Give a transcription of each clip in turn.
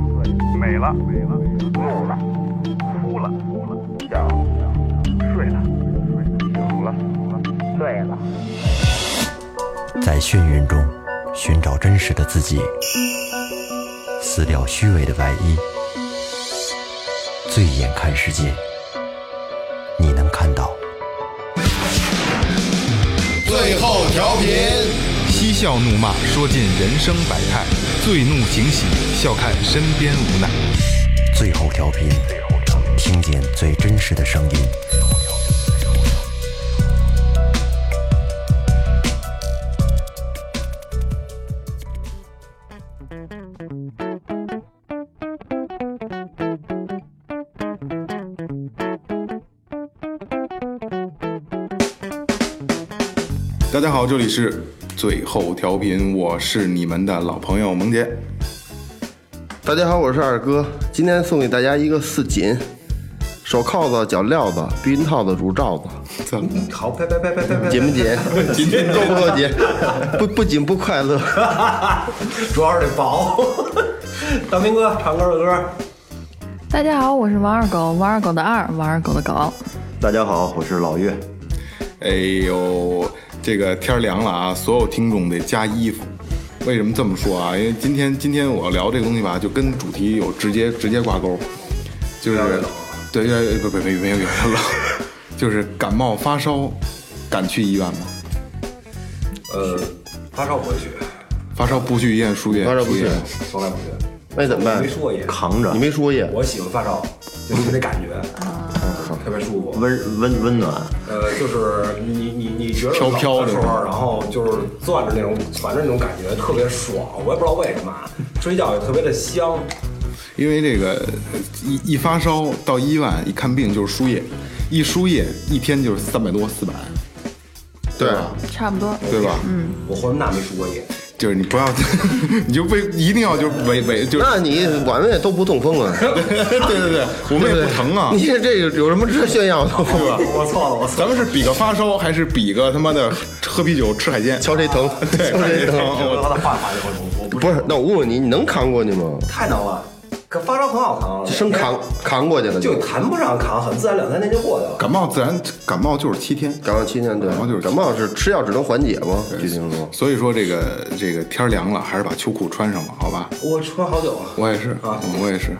了，美了，怒了，哭了，哭了，笑了，睡了，睡了，醒了，醉了。在眩晕中寻找真实的自己，撕掉虚伪的外衣，醉眼看世界，你能看到。最后调频，嬉笑怒骂，说尽人生百态；醉怒惊喜，笑看身边无奈。最后调频，听见最真实的声音。大家好，这里是最后调频，我是你们的老朋友萌姐。大家好，我是二哥，今天送给大家一个四锦，手铐子、脚镣子、避孕套子、乳罩子，怎么？好，拜拜拜拜拜拜。紧不紧？今天够不够紧？不不紧不快乐。主要是得薄。大明哥唱歌的歌，大家好，我是王二狗，王二狗的二，王二狗的狗。大家好，我是老岳。哎呦，这个天儿凉了啊，所有听众得加衣服。为什么这么说啊？因为今天今天我聊这个东西吧，就跟主题有直接直接挂钩，就是对，越来越不不没没有原来了，就是感冒发烧，敢去医院吗？呃，发烧不会去，发烧不去医院输液，发烧不输去液，从来不去，那你怎么办没？输过液。扛着你，没输液，我喜欢发烧，就是那感觉，嗯特别舒服。温温温暖，呃，就是你你你觉得飘飘的冷时候，然后就是攥着那种，反正那种感觉特别爽，我也不知道为什么啊，睡觉也特别的香。因为这个一一发烧到医院一看病就是输液，一输液一天就是三百多四百，对，差不多，对吧？嗯，我活那没输过液，就是你不要， 你就被一定要就是违违，就是 那你我们也都不痛风啊，对对对，我们也不疼啊。你这这有有什么值得炫耀的？啊我错了，我错了。咱们是比个发烧，还是比个他妈的喝啤酒吃海鲜？瞧谁疼， 对，瞧谁疼。我他的话法我我不不是，那我问问你，你能扛过去吗？太能了，可发烧很好扛，啊生扛扛过去了就就。谈不上扛，很自然，两三天就过去了。感冒自然感冒就是七天，感冒七天，对，感冒就是感冒是吃药只能缓解吗？据听说，所以说这个这个天儿凉了，还是把秋裤穿上吧，好吧？我穿好久了，我也是啊嗯我也是。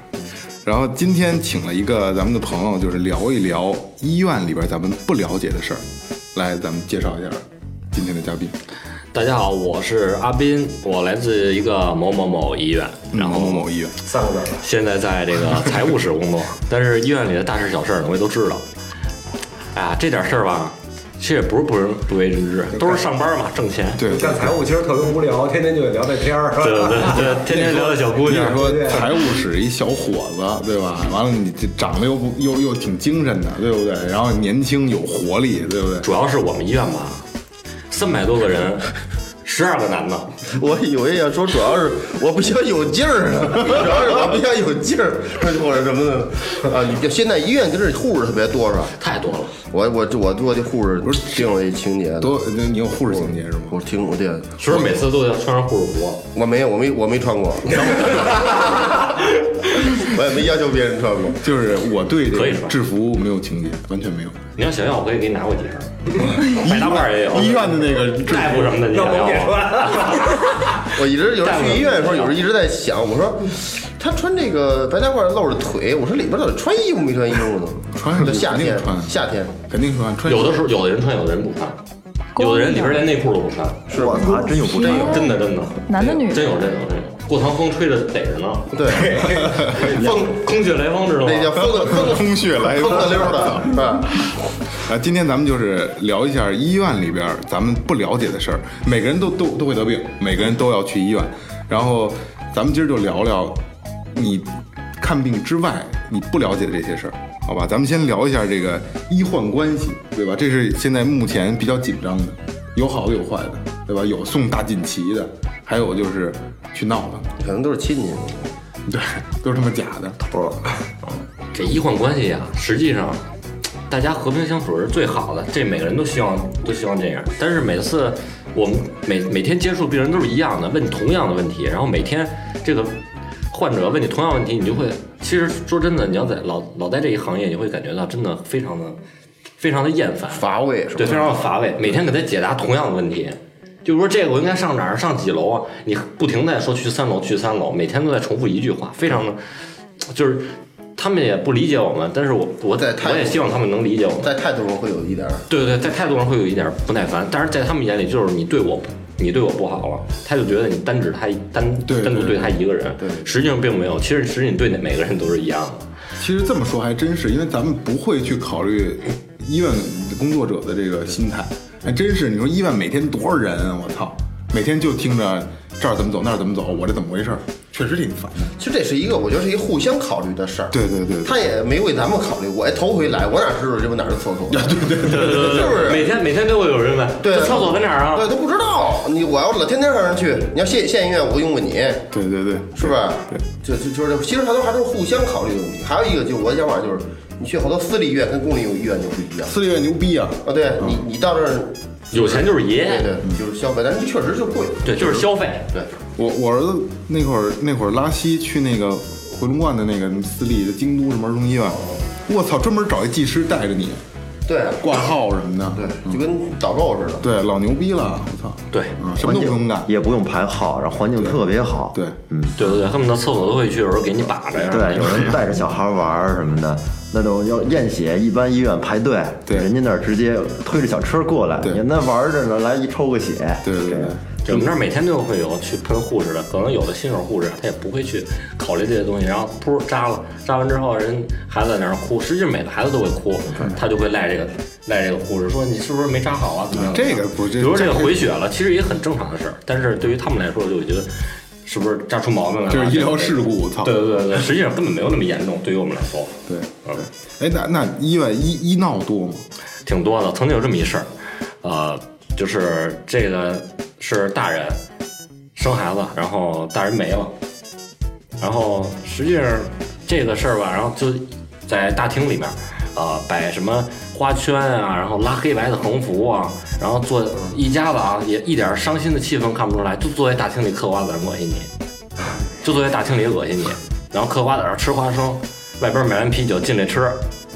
然后今天请了一个咱们的朋友，就是聊一聊医院里边咱们不了解的事儿，来，咱们介绍一下今天的嘉宾。大家好，我是阿斌，我来自一个某某某医院，然某某后某医院，三个字儿吧。现在在这个财务室工作， 但是医院里的大事小事儿呢，我也都知道。哎呀，这点事儿吧，其实也不是不人不为人知，都是上班嘛，挣钱。对，干财务其实特别无聊，天天就得聊这天儿。 对 对对，天天聊的小姑你娘也，说财务室一小伙子，对吧？完了，你这长得又不又又挺精神的，对不对？然后年轻有活力，对不对？主要是我们医院吧，三百多个人，十二个男的，我以为要说主要是我比较有劲儿呢，主要是我比较有劲儿，或者什么的啊。你就现在医院就是护士特别多是吧？太多了。我我我做的护士听过一情节的，多，那你有护士情节是吗？我听我这是不是每次都要穿上护士服？我没有，我没我没穿过， 我也没要求别人穿过。就是我对这可以个说制服没有情节，完全没有。你要想要，我可以给你拿过几身，百搭伴儿也有，医院的那个制大夫什么的，你想要吗？我一直有时候去医院的时候，有时候一直在想，我说他穿这个白大褂露着腿，我说里边到底穿衣服没穿衣服呢？穿上就夏肯天定穿，夏天肯定穿穿有的时候，有的人穿，有的人不穿，有的人里边连内裤都不穿，是我操，真有不真有真的真的，男的女的真有真有真有，过堂风吹着逮着呢， 对，风空穴来风知道那叫吗？疯的疯的空穴来 疯的溜儿的，是吧？啊，今天咱们就是聊一下医院里边儿咱们不了解的事儿。每个人都都都会得病，每个人都要去医院。然后咱们今儿就聊聊你看病之外你不了解的这些事儿，好吧？咱们先聊一下这个医患关系，对吧？这是现在目前比较紧张的，有好的有坏的，对吧？有送大锦旗的，还有就是去闹的，可能都是亲戚。对，都是他妈假的。不这医患关系啊，实际上大家和平相处是最好的，这每个人都希望都希望这样。但是每次我们每每天接触病人都是一样的，问同样的问题，然后每天这个患者问你同样问题，你就会，其实说真的，你要在老老在这一行业，你会感觉到真的非常的非常的厌烦，乏味是吧？对，非常的乏味，每天给他解答同样的问题。就比如说这个我应该上哪儿，上几楼啊？你不停地在说去三楼，去三楼，每天都在重复一句话，非常的，就是他们也不理解我们，但是我我在态我也度希望他们能理解我们。在态度上会有一点儿对对对，在态度上会有一点不耐烦，但是在他们眼里就是你对我，你对我不好了，他就觉得你单指他一单对对单独对他一个人，对实际上并没有，其实实际你对每个人都是一样的。其实这么说还真是，因为咱们不会去考虑医院工作者的这个心态，还真是。你说医院每天多少人啊？我操，每天就听着这儿怎么走，那儿怎么走，我这怎么回事儿，确实挺烦的。其实这是一个，我觉得是一个互相考虑的事儿。对对对对他也没为咱们考虑过。哎，头回来，我哪知道这边哪儿是厕所？对对 对对，是不是？每天每天都会有人问，对这厕所在哪儿啊 对，？都不知道。你我要老天天让人去，你要县县医院，我用过你，对对对，是不是？对，就就就是，其实它都还都是互相考虑的问题。还有一个，就是我的想法就是，你去好多私立医院跟公立医院就不一样。私立院牛逼啊！啊，对你你到这儿，有钱就是爷，对对，你就是消费，但是确实就贵。对，就是消费。对，我我儿子那会儿那会儿拉稀去那个回龙观的那个私立的京都什么儿童医院，我操，专门找一技师带着你对啊挂号什么的，对，就跟导购似 的。对，老牛逼了，我操，对嗯，什么都不用干，也不用排号，然后环境特别好。对嗯，对对对，恨不得厕所都会去，有时候给你把着呀。对，有人带着小孩玩儿什么的，那种要验血，一般医院排队，对人家那儿直接推着小车过来，对你那玩着呢，来一抽个血，对对对这样对我们这儿每天都会有去喷护士的，可能有的新手护士他也不会去考虑这些东西，然后噗扎了，扎完之后人孩子在那儿哭，实际上每个孩子都会哭，他就会赖这个赖这个护士说你是不是没扎好啊？怎么样？这个不比这如说这个这回血了，其实也很正常的事儿，但是对于他们来说，就觉得是不是扎出毛病来了？就是医疗事故，我操，啊对。对对对，实际上根本没有那么严重，对于我们来说，对嗯。哎，那那医院医医闹多吗？挺多的。曾经有这么一事儿，呃，就是这个是大人生孩子，然后大人没了，然后实际上这个事儿吧，然后就在大厅里面，呃，摆什么花圈啊，然后拉黑白的横幅啊，然后坐一家子啊，也一点儿伤心的气氛看不出来，就坐在大厅里嗑瓜子儿恶心你。就坐在大厅里恶心你，然后嗑瓜子儿吃花生，外边买完啤酒进来吃，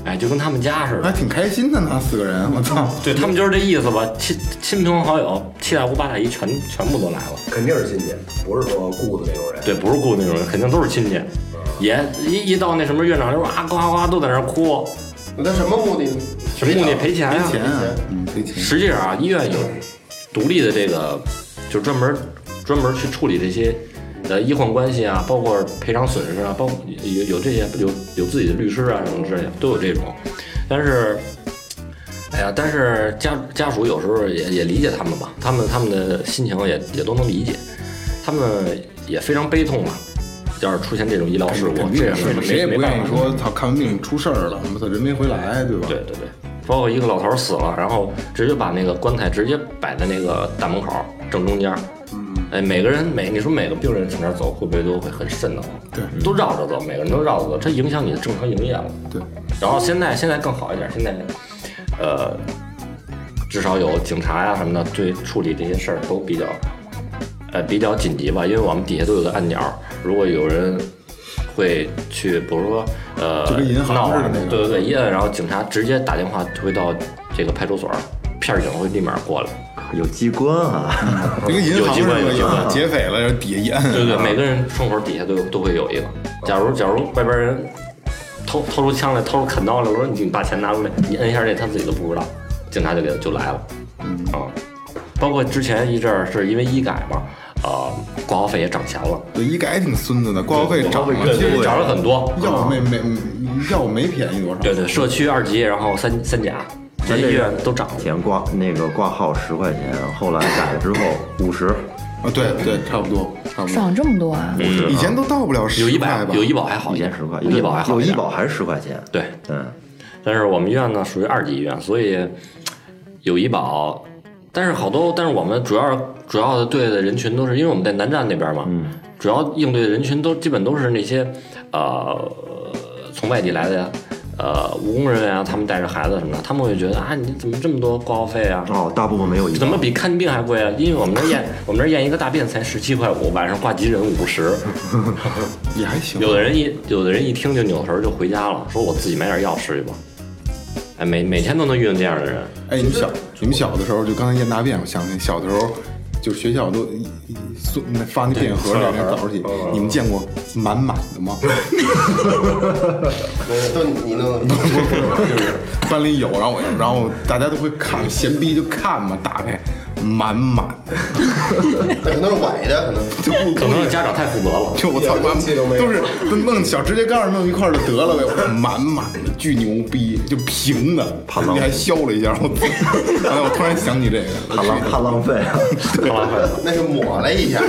哎，就跟他们家似的还。挺开心的呢，四个人，我操，对他们就是这意思吧，亲亲朋好友、七大姑八大姨全全部都来了。肯定是亲戚，不是说雇的那种人。对，不是雇那种人，肯定都是亲戚。也一一到那什么院长就说啊，呱呱呱都在那儿哭，那他什么目的呢？什么目的赔钱呀、钱啊，嗯，赔钱。实际上啊，医院有独立的这个，就是专门专门去处理这些呃医患关系啊，包括赔偿损失啊，包括有有这些有有自己的律师啊什么之类的，都有这种。但是，哎呀，但是家家属有时候也也理解他们吧，他们他们的心情也也都能理解，他们也非常悲痛嘛。要是出现这种医疗事故，肯这定样是没谁也没不办愿法意说，操，看完病出事儿了，我操，人没回来，对吧？对对对，包括一个老头儿死了，然后直接把那个棺材直接摆在那个大门口儿正中间。嗯，哎，每个人每你说每个病人从这儿走，会不会都会很瘆得慌？对都绕着走，每个人都绕着走，这影响你的正常营业了。对然后现在现在更好一点，现在呃，至少有警察呀、什么的对处理这些事儿都比较呃比较紧急吧，因为我们底下都有个按钮儿，如果有人会去，比如说呃就跟银行闹啊似的那个对对对，一摁，然后警察直接打电话推到这个派出所儿，片儿警会立马过来。有机关啊，这个银行有机是吧会有机会？劫匪了，然后底下一摁，对对，每个人窗口底下都有都会有一个。假如假如外边人偷偷出枪来，偷出砍刀来，我说你把钱拿出来，你摁一下这，他自己都不知道，警察就给他就来了。嗯啊，包括之前一阵儿是因为医改嘛，啊、挂号费也涨钱了， 对医改挺孙子的，挂号费涨了，对其实对，涨了很多。药没没药没便宜多少，对对，社区二级，然后三三甲，这些医院都涨了。前挂那个挂号十块钱，后来改了之后五十，啊，对对，差不多差不多，涨这么多啊！以前都到不了有十医块保，吧？有医保还好一一点千，十块，有医保还好有一医点。保还是十块钱，对，嗯，但是我们医院呢属于二级医院，所以有医保，但是好多，但是我们主要主要的对的人群都是因为我们在南站那边嘛，嗯，主要应对的人群都基本都是那些呃从外地来的呀，呃务工人员啊，他们带着孩子什么的，他们会觉得啊，你怎么这么多挂号费啊？哦，大部分没有医怎保么，比看病还贵啊？因为我们那儿 验，我们那儿验一个大便才十七块五，晚上挂急诊五十。也还行。有的人一有的人一听就扭头就回家了，说我自己买点药吃去吧。哎，每每天都能遇到这样的人，哎，你们小你们小的时候，就刚才验大便，我想起小的时候，就是学校都一一送那发那便盒里那早上起，你们见过满满的吗？ 都你弄，班里有，然后我然后大家都会看，闲逼就看嘛，打开满满的，可能是崴的，可能。就不可能是家长太负责 了。就我操妈，都是都弄小指甲盖儿弄一块儿就得了呗，我说满满的巨牛逼，就平的，你还削了一下，我操！ 哎，我突然想起这个，怕浪怕浪费啊！那是抹了一下，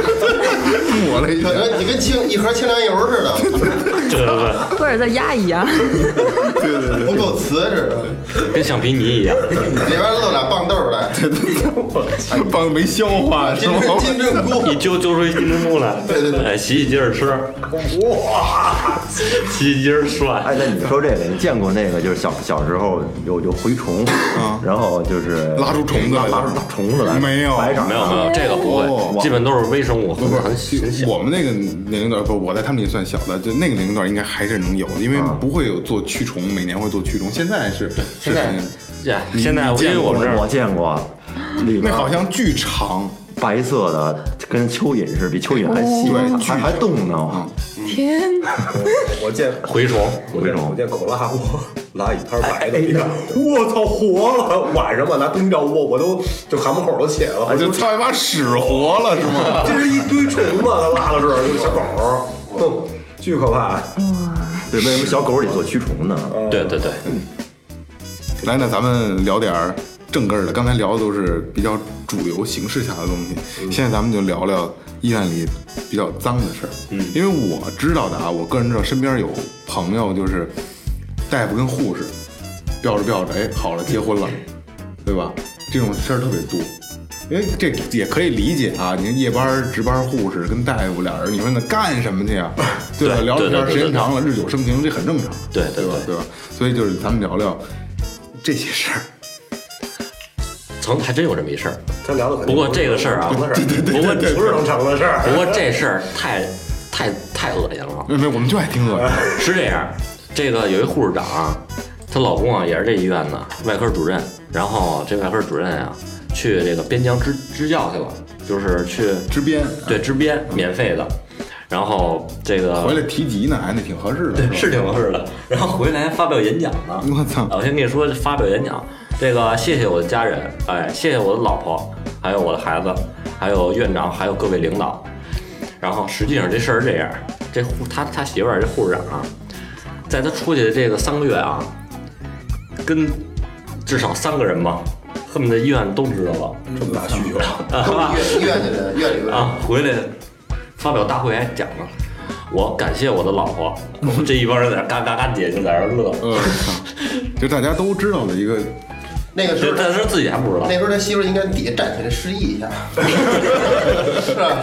抹了一下可，能你跟清一盒清凉油似的，对对对，或者再压一压。对对对，不够瓷实，跟橡皮泥一样。里边露俩棒豆儿来，帮没消化是金吗？针金针菇，一揪揪出一金针菇来，对对对，哎，洗洗接着吃，哇，洗洗接着涮，哎，那你说这个，你见过那个就是小小时候有有蛔虫，然后就是拉出虫子来拉拉了出大虫子来，没有白长没有没有，这个不哦会，基本都是微生物，不很是很很小。我们那个年龄段，不，我在他们也算小的，就那个年龄段应该还是能有的，因为不会有做驱虫，每年会做驱虫。啊现在是现在是呀，哎现在你因见为过我们这我儿见过，里那边好像巨长，白色的，跟蚯蚓似的，比蚯蚓还哦细，对巨还还动呢。嗯天哪，我见蛔虫，我见我见狗拉我拉一摊儿白的，哎一看我操活了，晚上吧拿东西照我我都就汗毛孔都起来了，我哎就就差一把屎活了是吗？这是一堆虫子，它拉到这儿，就是小狗，哼，巨可怕。对，为什么小狗里做驱虫呢？对对对，来，那咱们聊点儿正根儿的。刚才聊的都是比较主流形式下的东西，嗯现在咱们就聊聊医院里比较脏的事儿。嗯，因为我知道的啊，我个人知道身边有朋友就是大夫跟护士吊着吊着，哎，好了，结婚了，对吧？这种事儿特别多。因为这也可以理解啊，您夜班儿值班儿护士跟大夫俩人，你说那干什么去 啊？对吧？对聊着对天儿对时间对对长了，日久生情，这很正常。对对对吧？对吧？所以就是咱们聊聊这些事儿。曾还真有这么一事儿，他聊的肯不定过这个事儿啊，不过不是能成的事儿。不过这事儿太太太恶心了，没没，我们就爱听恶心。是这样，这个有一护士长啊，她老公啊也是这医院的外科主任，然后这外科主任啊去这个边疆支支教去了，就是去支边 对支边免费的，然后这个啊回来提及呢，哎，那挺合适的。是挺合适的。然后回来还发表演讲呢。 我操啊我先跟你说，发表演讲，这个谢谢我的家人，哎，谢谢我的老婆，还有我的孩子，还有院长，还有各位领导。然后实际上这事儿是这样，这护他他媳妇儿这护士长啊，在他出去的这个三个月啊，跟至少三个人吧，恨不得医院都知道了，这么大需求，院院里的院里边啊，回来发表大会还讲呢。我感谢我的老婆，这一帮人在那嘎嘎嘎姐就在那乐，嗯， 就大家都知道的一个，那个时这候。但是自己还不知道那。时候他媳妇儿应该底下站起来示意一下， 是吧？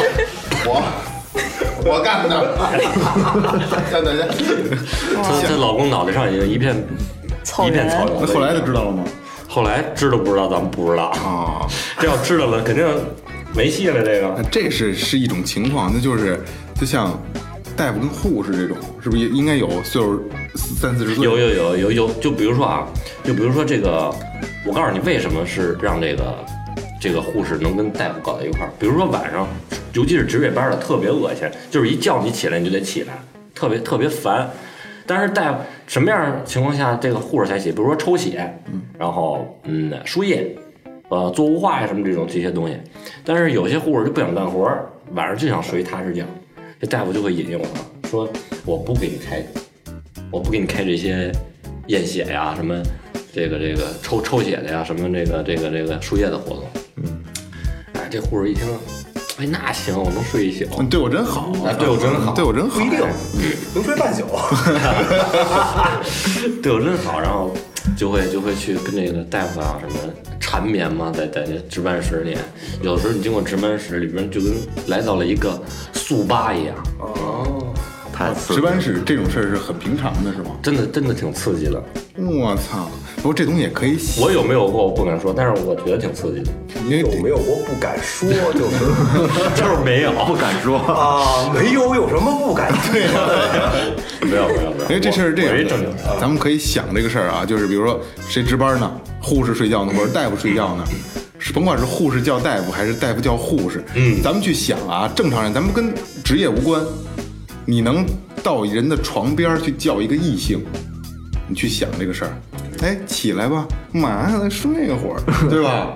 我我干 的，站在这，她她老公脑袋上已经一片草一片原草那后来原了。就知道了吗？后来知道不知道咱们不知道，啊，这要知道了肯定没戏了。那这个这是是一种情况，那就是就像大夫跟护士这种，是不是也应该有岁数三四十岁？有有有有有，就比如说啊，就比如说这个，我告诉你为什么是让这个这个护士能跟大夫搞到一块儿。比如说晚上，尤其是值夜班的，特别恶心，就是一叫你起来你就得起来，特别特别烦。但是在什么样的情况下这个护士才起？比如说抽血，然后嗯输液，呃做雾化呀什么这种这些东西。但是有些护士就不想干活儿，晚上就想睡一踏实觉，这大夫就会引诱他，说我不给你开，我不给你开这些验血呀什么。这个这个抽抽血的呀，什么这个这个这个输液的活动，嗯，哎，这护士一听，哎，那行，我能睡一宿，嗯，对我真好哎，对我真好对我真好。不一定能睡半宿。对我真好，然后就会就会去跟那个大夫啊什么缠绵嘛，在在那值班室里，有的时候你经过值班室里边就跟来到了一个速八一样，哦，太刺值激了。班室这种事儿是很平常的，是吗？真的真的挺刺激的。我操！不过这东西也可以洗，我有没有过我不敢说，但是我觉得挺刺激的， 因为有这没有过不敢说，就是就是没有，不敢说，啊，没有有什么不敢对没有没有没有。因为这事儿是这我我一样正经的啊人，咱们可以想这个事儿啊，就是比如说谁值班呢，护士睡觉呢，或者大夫睡觉呢，是甭管是护士叫大夫还是大夫叫护士，嗯，咱们去想啊，正常人，咱们跟职业无关，你能到人的床边儿去叫一个异性，你去想这个事儿，哎，起来吧，马上睡一会儿，对吧？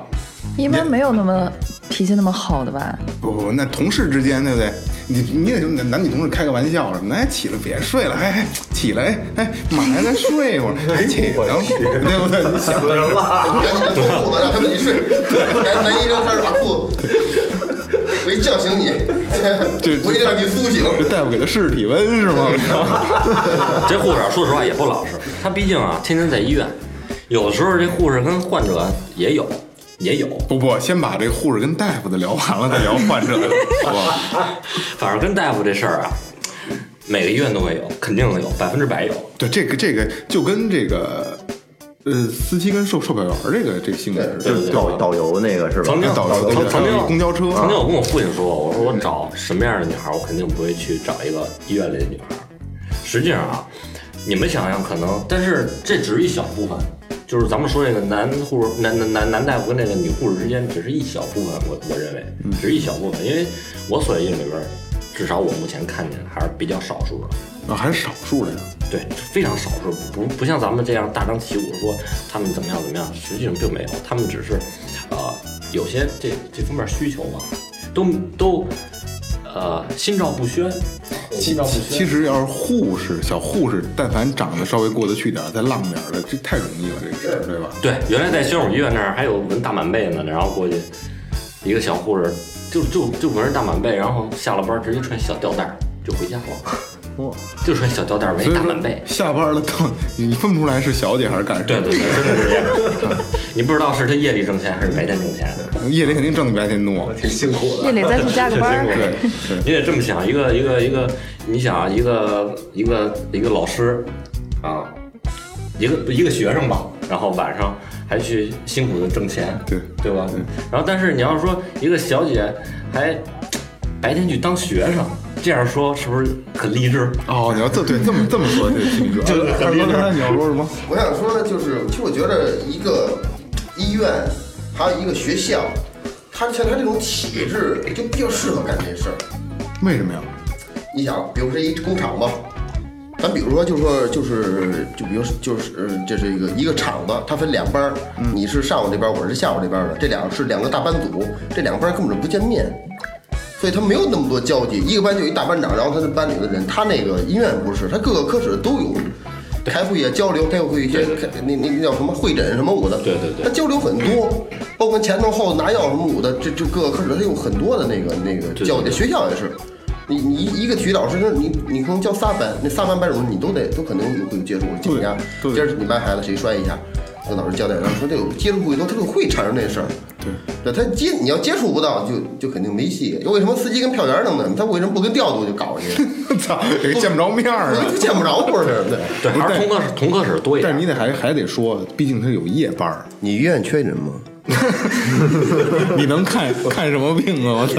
一般没有那么脾气那么好的吧？不不，不，那同事之间对不对？你你也就男女同事开个玩笑什么的，哎，起来别睡了，哎哎，起来，哎哎，马上再睡一会儿，哎起来，对不对？你想死人 了，赶紧脱裤子，让他们一睡。男男医生开始把裤子，我一叫醒你，我一定让你苏醒。这大夫给他试试体温是吗？这护士啊说实话也不老实，他毕竟啊天天在医院，有的时候这护士跟患者也有也有， 不不，先把这护士跟大夫的聊完了，再聊患者的，好吧？反正跟大夫这事儿啊，每个医院都会有，肯定有，百分之百有。 对，这个这个就跟这个呃司机跟售售票员儿这个这个性质似的，就是导导游那个是吧曾？经哎导游曾曾还经有公交车啊曾经我跟我父亲说过，我说我找什么样的女孩，我肯定不会去找一个医院里的女孩。实际上啊，你们想想可能，但是这只是一小部分，就是咱们说这个男护士、男男男男大夫跟那个女护士之间，只是一小部分，我我认为嗯只是一小部分，因为我所认里边儿，至少我目前看见还是比较少数的。啊还是少数的呀。对，非常少数，不不像咱们这样大张旗鼓说他们怎么样怎么样，实际上并没有，他们只是，呃，有些这这方面需求吧，都都，呃，心照不宣，心照不宣。其实要是护士，小护士，但凡长得稍微过得去点儿，再浪点儿的，这太容易了，这个事儿，对吧？对，原来在宣武医院那儿还有纹大满背呢，然后过去一个小护士就就就纹着大满背，然后下了班直接穿小吊带儿就回家了，就穿小吊带儿所围以大满背说。下班了，到你分不出来是小姐还是干什么。对对对，真的是这样。 你不知道是他夜里挣钱还是白天挣钱。夜里肯定挣的比白天多。挺辛苦的。夜里再去加个班儿，对，你得这么想，一个一个一个，你想啊，一个一个一个老师啊，一个一个学生吧，然后晚上还去辛苦的挣钱，对对吧？然后但是你要说一个小姐还白天去当学生，这样说是不是很励志？哦，你要这对这么这么说，对，听你说。二哥刚才你要说什么？我想说的就是，其实我觉得一个医院，还有一个学校，它像它这种体制就比较适合干这事儿。为什么呀？你想，比如说一工厂吧，咱比如说就说就是就比如就是呃这是一个一个厂子，它分两班儿，你是上午这班儿，我是下午这班儿的，这两个是两个大班组，这两个班儿根本就不见面，所以他没有那么多交集。一个班就一大班长，然后他的班里的人，他那个医院不是，他各个科室都有。开会啊，交流，开会一些开那那那叫什么会诊什么舞的，对对对他交流很多，包括前头后头拿药什么舞的，这这各个科室他有很多的那个那个对交对流。学校也是，你你一一个体育老师，你你可能教仨班，那仨班班主任你都得都可能有会有接触，请假。今儿你班孩子谁摔一下，跟老师交代，然后说这有接触过多，他就会产生这事儿。对，他接你要接触不到，就就肯定没戏。为什么司机跟票员能么的？他为什么不跟调度就搞 去？操，这个见不着面儿啊！他见不着不是？对，对，还是同科室同科室多一但是你。点得还还得说，毕竟他有夜班儿， 你医院缺人吗？你能看看什么病啊？我操！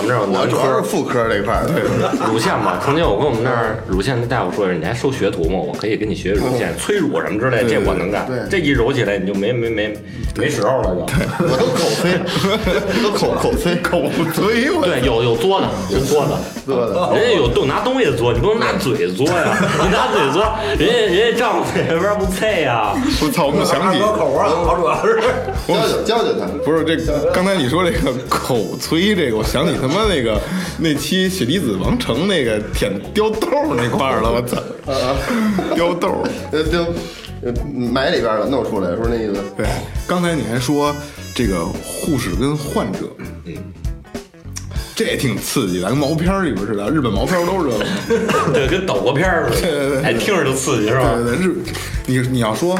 我们这儿有我男主科要是妇科这块儿的。 乳腺嘛，曾经我跟我们那儿乳腺大夫说，你还收学徒吗？我可以给你学乳腺催乳什么之类，这我能干。对这一揉起来你就没没没没时候了就。我都口吹，都口 口吹，口吹我对，有有嘬的，有嘬的，嘬的人家有都拿东西嘬，你不能拿嘴嘬呀，你拿嘴嘬，人家人家丈夫也边不配呀。我操！我想二起 哥口啊，好主要是教教教教他。不是这个刚才你说这个口催这个，我想起他妈那个那期雪滴子王成那个舔貂豆儿那块儿了，我操！貂豆儿。呃，就呃埋里边了，弄出来，说那意思。对，刚才你还说这个护士跟患者，嗯，这也挺刺激的，跟毛片儿里边似的，日本毛片儿都是这个。对，跟岛国片儿似对对的，对哎，听着就刺激是吧对？对对，日，你你要说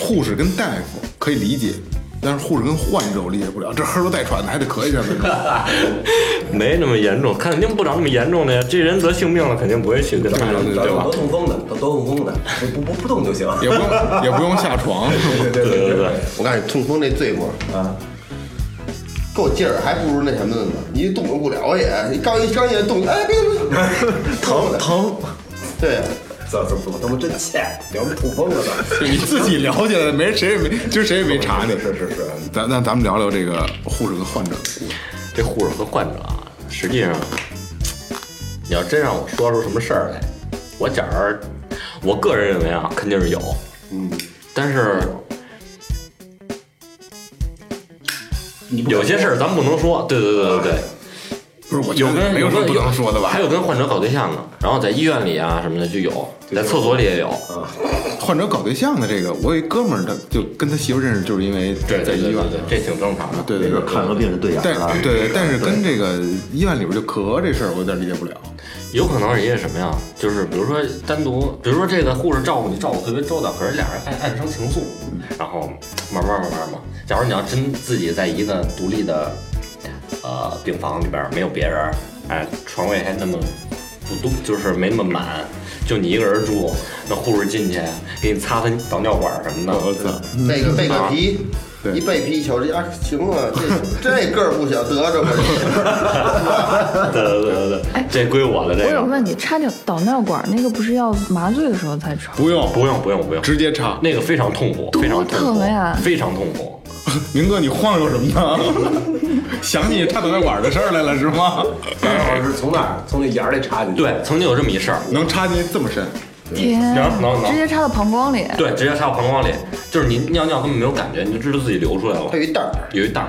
护士跟大夫可以理解。但是护士跟患者我理解不了，这黑儿都带喘的还得咳一下呢。 没那么严重，肯定不找那么严重的呀。这人得性病了，肯定不会去给他对对找对有多痛风的，多多痛风的，不不不动就行。也不用也不用下床，对对对对对，我告诉你，痛风这罪过啊，够劲儿，还不如那什么的呢。你动不了也，你刚一刚一动，哎，别别， 疼疼。对，走走走，他妈真欠，聊着痛风了 呢。 就你自己聊起来，没人谁也没，就谁也没查你。是是是，咱那咱们聊聊这个护士和患者，这护士和患者啊，实际上，你要真让我说出什么事儿来，我觉着，我个人认为啊，肯定是有，嗯，但是有些事儿咱不能说，对对对对对。不是我有跟没有什么跟不能说的吧还？有跟患者搞对象的，然后在医院里啊什么的就有，在厕所里也有。嗯患者搞对象的这个，我有一哥们儿，他就跟他媳妇认识，就是因为对在对医对院嗯对，，对这挺正常的。对对没对准。看个病就对啊眼了但。对，但是跟这个医院里边就咳这事儿，我有点理解不了。有可能是因为什么呀？就是比如说单独，比如说这个护士照顾你照顾特别周到，可是俩人爱暗生情愫，嗯然后慢慢慢慢嘛。假如你要真自己在一个独立的呃病房里边儿没有别人，哎，床位还那么不多，就是没那么满，就你一个人住，那护士进去给你擦擦导尿管什么的，啊我操！背个背个皮对，一背皮一瞧，这家行啊，这这个儿不小，得着吧这。对对对对 对，这归我了这哎我有个个。问题，插尿导尿管那个不是要麻醉的时候才抽？不用，不用不用不用，直接插。那个非常痛苦，非常痛苦疼呀，非常痛苦。明哥，你晃悠什么呢？ 想起插导尿管的事儿来了是吗？然后是从那儿从那眼儿里插进去。对，曾经有这么一事儿，能插进去这么深？天挠挠，挠直接插到膀胱里。对，直接插到膀胱里，就是你尿尿根本没有感觉，你就知道自己流出 来了还。有一袋儿，有一袋儿，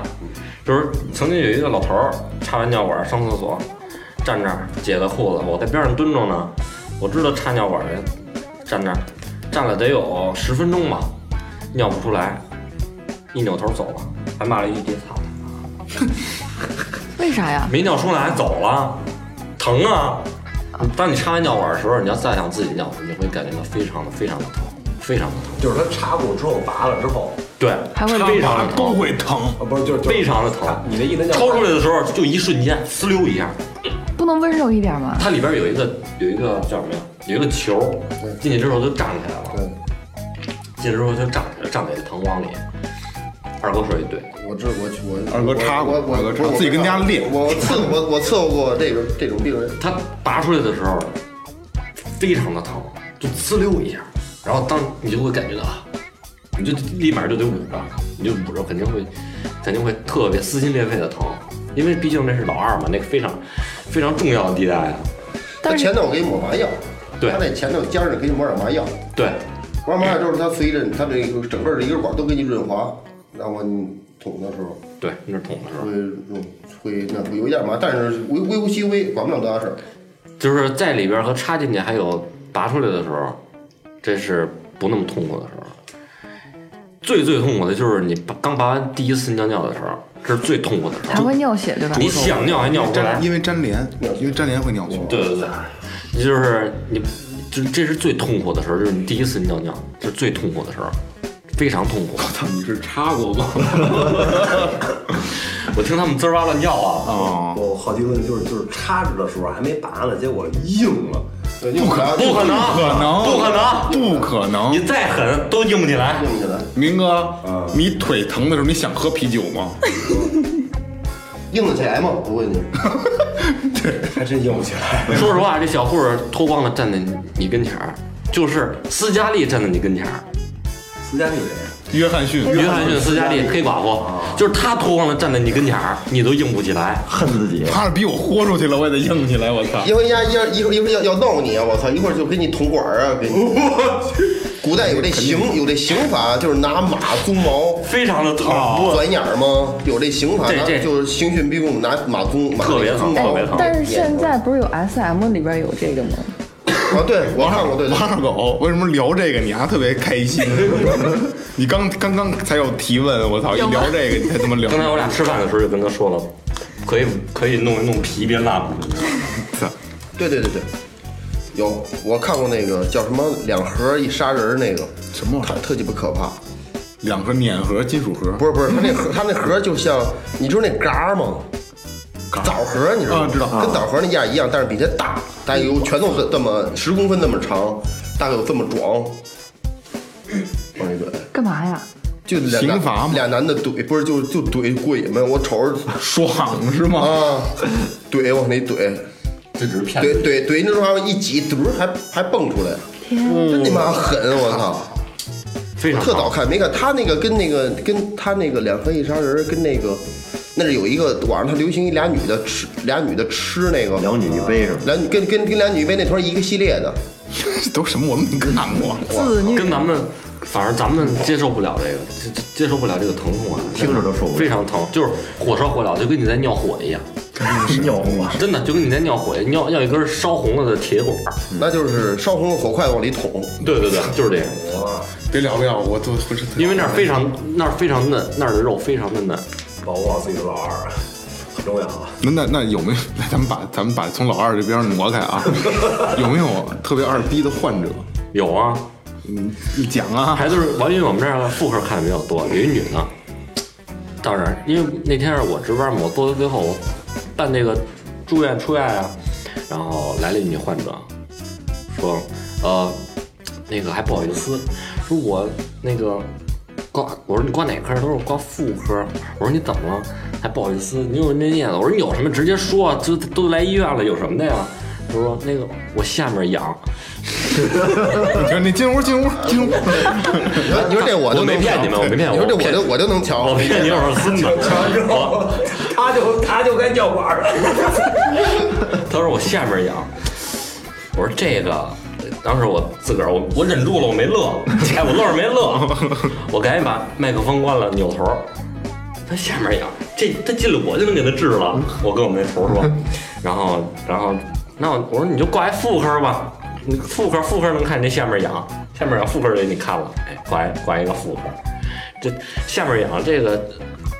就是曾经有一个老头儿插完尿管上厕所，站那儿解了裤子，我在边上蹲着呢，我知道插尿管的，站那儿站了得有十分钟吧，尿不出来，一扭头走了，还骂了一句“操”。为啥呀？没尿出来走了，疼啊！当你插完尿管的时候，你要再想自己尿，你会感觉到非常的非常的疼，非常的疼。就是他插过之后拔了之后，对，还会非常的都疼，会疼。啊不是就是非常的疼。你那意思叫掏出来的时候就一瞬间，呲溜一下，不能温柔一点吗？它里边有一个有一个叫什么呀？有一个球，进去之后就胀起来了。进去之后就胀起来，胀起来疼往里。二狗水一堆，我这我去我二哥我插过我我二哥我插过自己跟家练我我伺候我我伺候过这种这种病人，它拔出来的时候非常的疼，就呲溜一下，然后当你就会感觉到啊，你就立马就得捂着，你就捂着肯定会肯定会特别撕心裂肺的疼，因为毕竟那是老二嘛，那个非常非常重要的地带啊。他但前是头我给你抹麻药，对他那前头尖儿上给你抹点麻药，对，抹完麻药之后，他随着他这个整个的一个管都给你润滑，然后你捅的时候。对，那是捅的时候会。用会那会有一点麻，但是微微乎其微，管不了多大事儿。就是在里边和插进去还有拔出来的时候，这是不那么痛苦的时候。最最痛苦的就是你拔刚拔完第一次尿尿的时候，这是最痛苦的时还候。会尿血对吧？你想尿还尿不出来粘，，因为粘连，因为粘连会尿血。对对对，你就是你，就这是最痛苦的时候，就是你第一次尿尿，这是最痛苦的时候，非常痛苦。操，你是插过吗？我听他们滋儿哇乱叫啊， 哦，我好奇问就是就是插着的时候还没拔呢，结果硬了。不可不可能，不可能，不可能，不可你能！再狠都硬不起来。用起来，明哥，你腿疼的时候，你想喝啤酒吗？硬得起来吗？我问你，还真硬不起来。说实话，这小护士脱光了站在你跟前儿，就是斯嘉丽站在你跟前儿，斯嘉丽人，约翰逊，约翰逊、斯嘉丽、黑寡妇，就是她脱光了站在你跟前儿，你都硬不起来。恨自己，他是比我豁出去了，我也得硬起来。我操！一会儿一会儿一会儿一会儿要要闹你啊！我操，一会儿就给你捅管儿啊！给你。古代有这刑有这刑罚，就是拿马鬃毛非常的疼，我转眼儿吗？有这刑罚，这这拿就是刑讯逼供，拿马鬃马特别鬃疼，毛特别疼。但是现在不是有 S M 里边有这个吗？啊！对，我看过，对对王二狗，为什么聊这个你还特别开心？ 你刚刚刚才有提问，我操！一聊这个你才他妈聊。刚才我俩吃饭的时候就跟他说了，可以可以弄一弄皮，别烂了。对对对对，有我看过那个叫什么两盒一杀人儿那个，什么玩意特儿？特鸡巴可怕。两盒碾盒金属盒，不是不是，他那盒他那盒就像，你知道那嘎儿吗？枣核你知道吗？啊知道跟枣核那样一样，但是比它大，大概有拳头这这么十公分那么长，大概有这么壮。往里怼，干嘛呀？就俩刑罚吗俩男的怼，不是就就怼过瘾吗？我瞅着爽是吗？ 啊，怼往里怼，这只是骗怼怼怼那时候还一挤，嘟儿还还蹦出来，嗯嗯天，真你妈狠！我操！非常特棒早看，没看他那个跟那个跟他那个两河一杀人跟那个，那是有一个网上他流行一俩女的吃俩女的吃那个两女一杯是吧？俩女跟跟跟俩女一杯那团一个系列的，这都什么我都没看过。自虐跟咱们，反正咱们接受不了这个，接接接受不了这个疼痛啊，听着都受不了非常疼，就是火烧火燎，就跟你在尿火一样，尿啊！真的就跟你在尿火一样，尿尿一根烧红了的铁管儿。嗯那就是烧红了火筷往里捅，对对对，就是这样，别聊别聊，我都不是特因为那儿非常那儿非常嫩，那儿的肉非常的嫩。保护好自己的老二，很重要啊。那那那有没有？那咱们把咱们把从老二这边挪开啊，有没有特别二逼的患者？有啊，你讲啊，还就是完，因为我们这儿的妇科看的比较多，有一女的，当然，因为那天是我值班嘛，我做到最后，我办那个住院出院啊，然后来了一女患者，说，呃，那个还不好意思，说我那个挂，我说你挂哪科？她说我挂妇科。我说你怎么了？还不好意思，你有那念的。我说你有什么直接说，就都来医院了，有什么的呀？她说那个我下面痒，你说你进屋进屋进屋，你说你说这我都我没能骗瞧你们，我没骗你我说这我骗都我都能瞧我，骗你耳孙子，我 他就他就该尿管了。他说我下面痒，我说这个，当时我自个儿我我忍住了，我没乐，哎，我愣是没乐，我赶紧把麦克风关了，扭头，他下面痒，这他进来我就能给他治了，我跟我们那头说，然后然后那我我说你就挂一妇科吧，你妇科妇科能看你这下面痒，下面痒妇科得你看了，哎，挂一挂一个妇科，这下面痒这个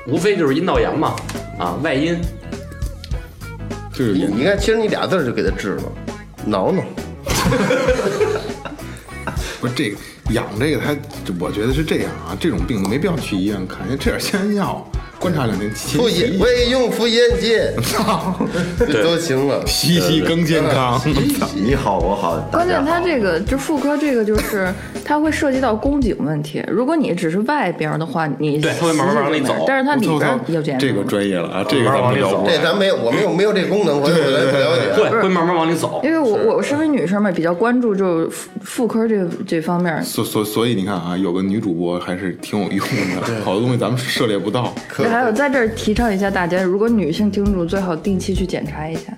无非就是阴道炎嘛，啊，外阴。 就是你你看其实你俩字儿就给他治了，挠挠，不是这个养这个，它我觉得是这样啊，这种病没必要去医院看，吃点仙人药，观察两天，勤妇洗炎未用妇炎 洁， 这都行了。息息更健康。你好，我好，大关家键它好。这个就妇科这个就是它会涉及到宫颈问题。如果你只是外边儿的话，你对它会慢慢往里走但是它里我边儿操有健康。这个专业了啊，这个咱们聊不这咱没有，我没有没有这功能，我我来不了解。会会慢慢往里走，因为我我我身为女生嘛，比较关注就是妇妇科这这方面儿。所所所以你看啊，有个女主播还是挺有用的，好多东西咱们涉猎不到。那还有在这儿提倡一下大家，如果女性听众最好定期去检查一下，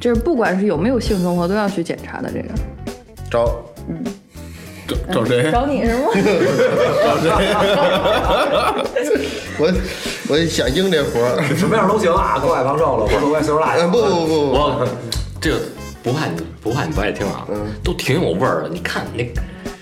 就是不管是有没有性生活都要去检查的。这个招找哦找谁？找你是吗？ 我我想应这活儿， 什么样都行啊，够爱胖瘦了，或者够爱岁数大哎不不不不，我这个不怕你不怕你不爱听啊，嗯都挺有味儿的。你看你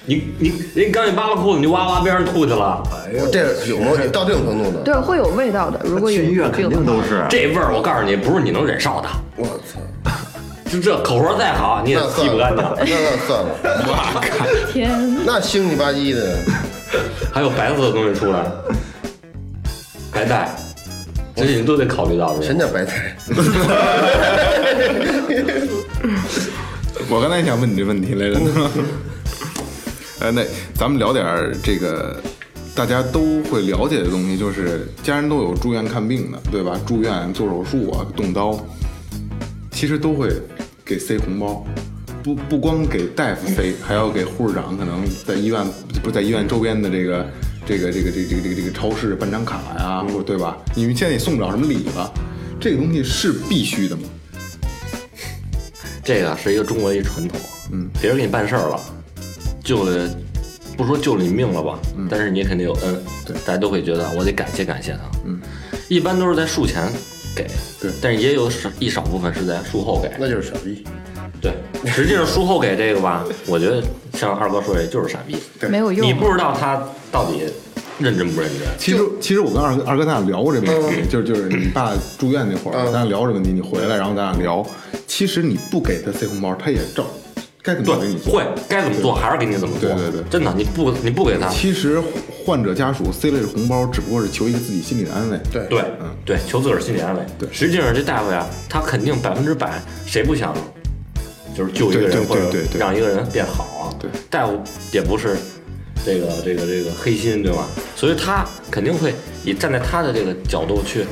你你人刚一扒拉裤子，你就哇哇边上吐去了，我哎这有吗？到这种程度呢？对，会有味道的。如果有去医院有肯病的定话都是这味儿我告诉你，不是你能忍受的。啊我操， 就这口活再好，你也那吸算不干了，那净。那算了，天，那星里吧唧的， 还有白色的东西出来，白带，这些你都得考虑到。什么叫白菜？ 我刚才想问你这问题来着呢。呃，那咱们聊点儿这个大家都会了解的东西，就是家人都有住院看病的，对吧？住院做手术啊，动刀，其实都会给塞红包，不不光给大夫塞，还要给护士长，可能在医院不在医院周边的这个这个这个这个这个这个这个超市办张卡呀、或者对吧？因为现在也送不了什么礼了，这个东西是必须的吗？这个是一个中国的一传统，嗯，别人给你办事儿了，救了，不说救了你命了吧，嗯但是你肯定有恩，对，大家都会觉得我得感谢感谢他，嗯，一般都是在术前给，对但是也有少一少部分是在术后给，那就是傻逼。对，实际上术后给这个吧， 我觉得像二哥说的就是傻逼，没有用。啊你不知道他到底认真不认真，其实其实我跟二哥二哥咱俩聊过这问嗯题，就是就是你爸住院那会儿，咱俩聊这问题，你回来然后咱俩聊，其实你不给他塞红包，他也照该怎么对做给你，做。会该怎么做还是给你怎么做，对对对真的你不你不给他，其实患者家属塞了这红包，只不过是求一个自己心理的安慰。对对嗯，对，求自个儿心理安慰。对实际上这大夫呀，他肯定百分之百，谁不想就是救一个对人对或者对对对让一个人变好啊？对，大夫也不是这个这个这个黑心对吧？所以他肯定会以站在他的这个角度去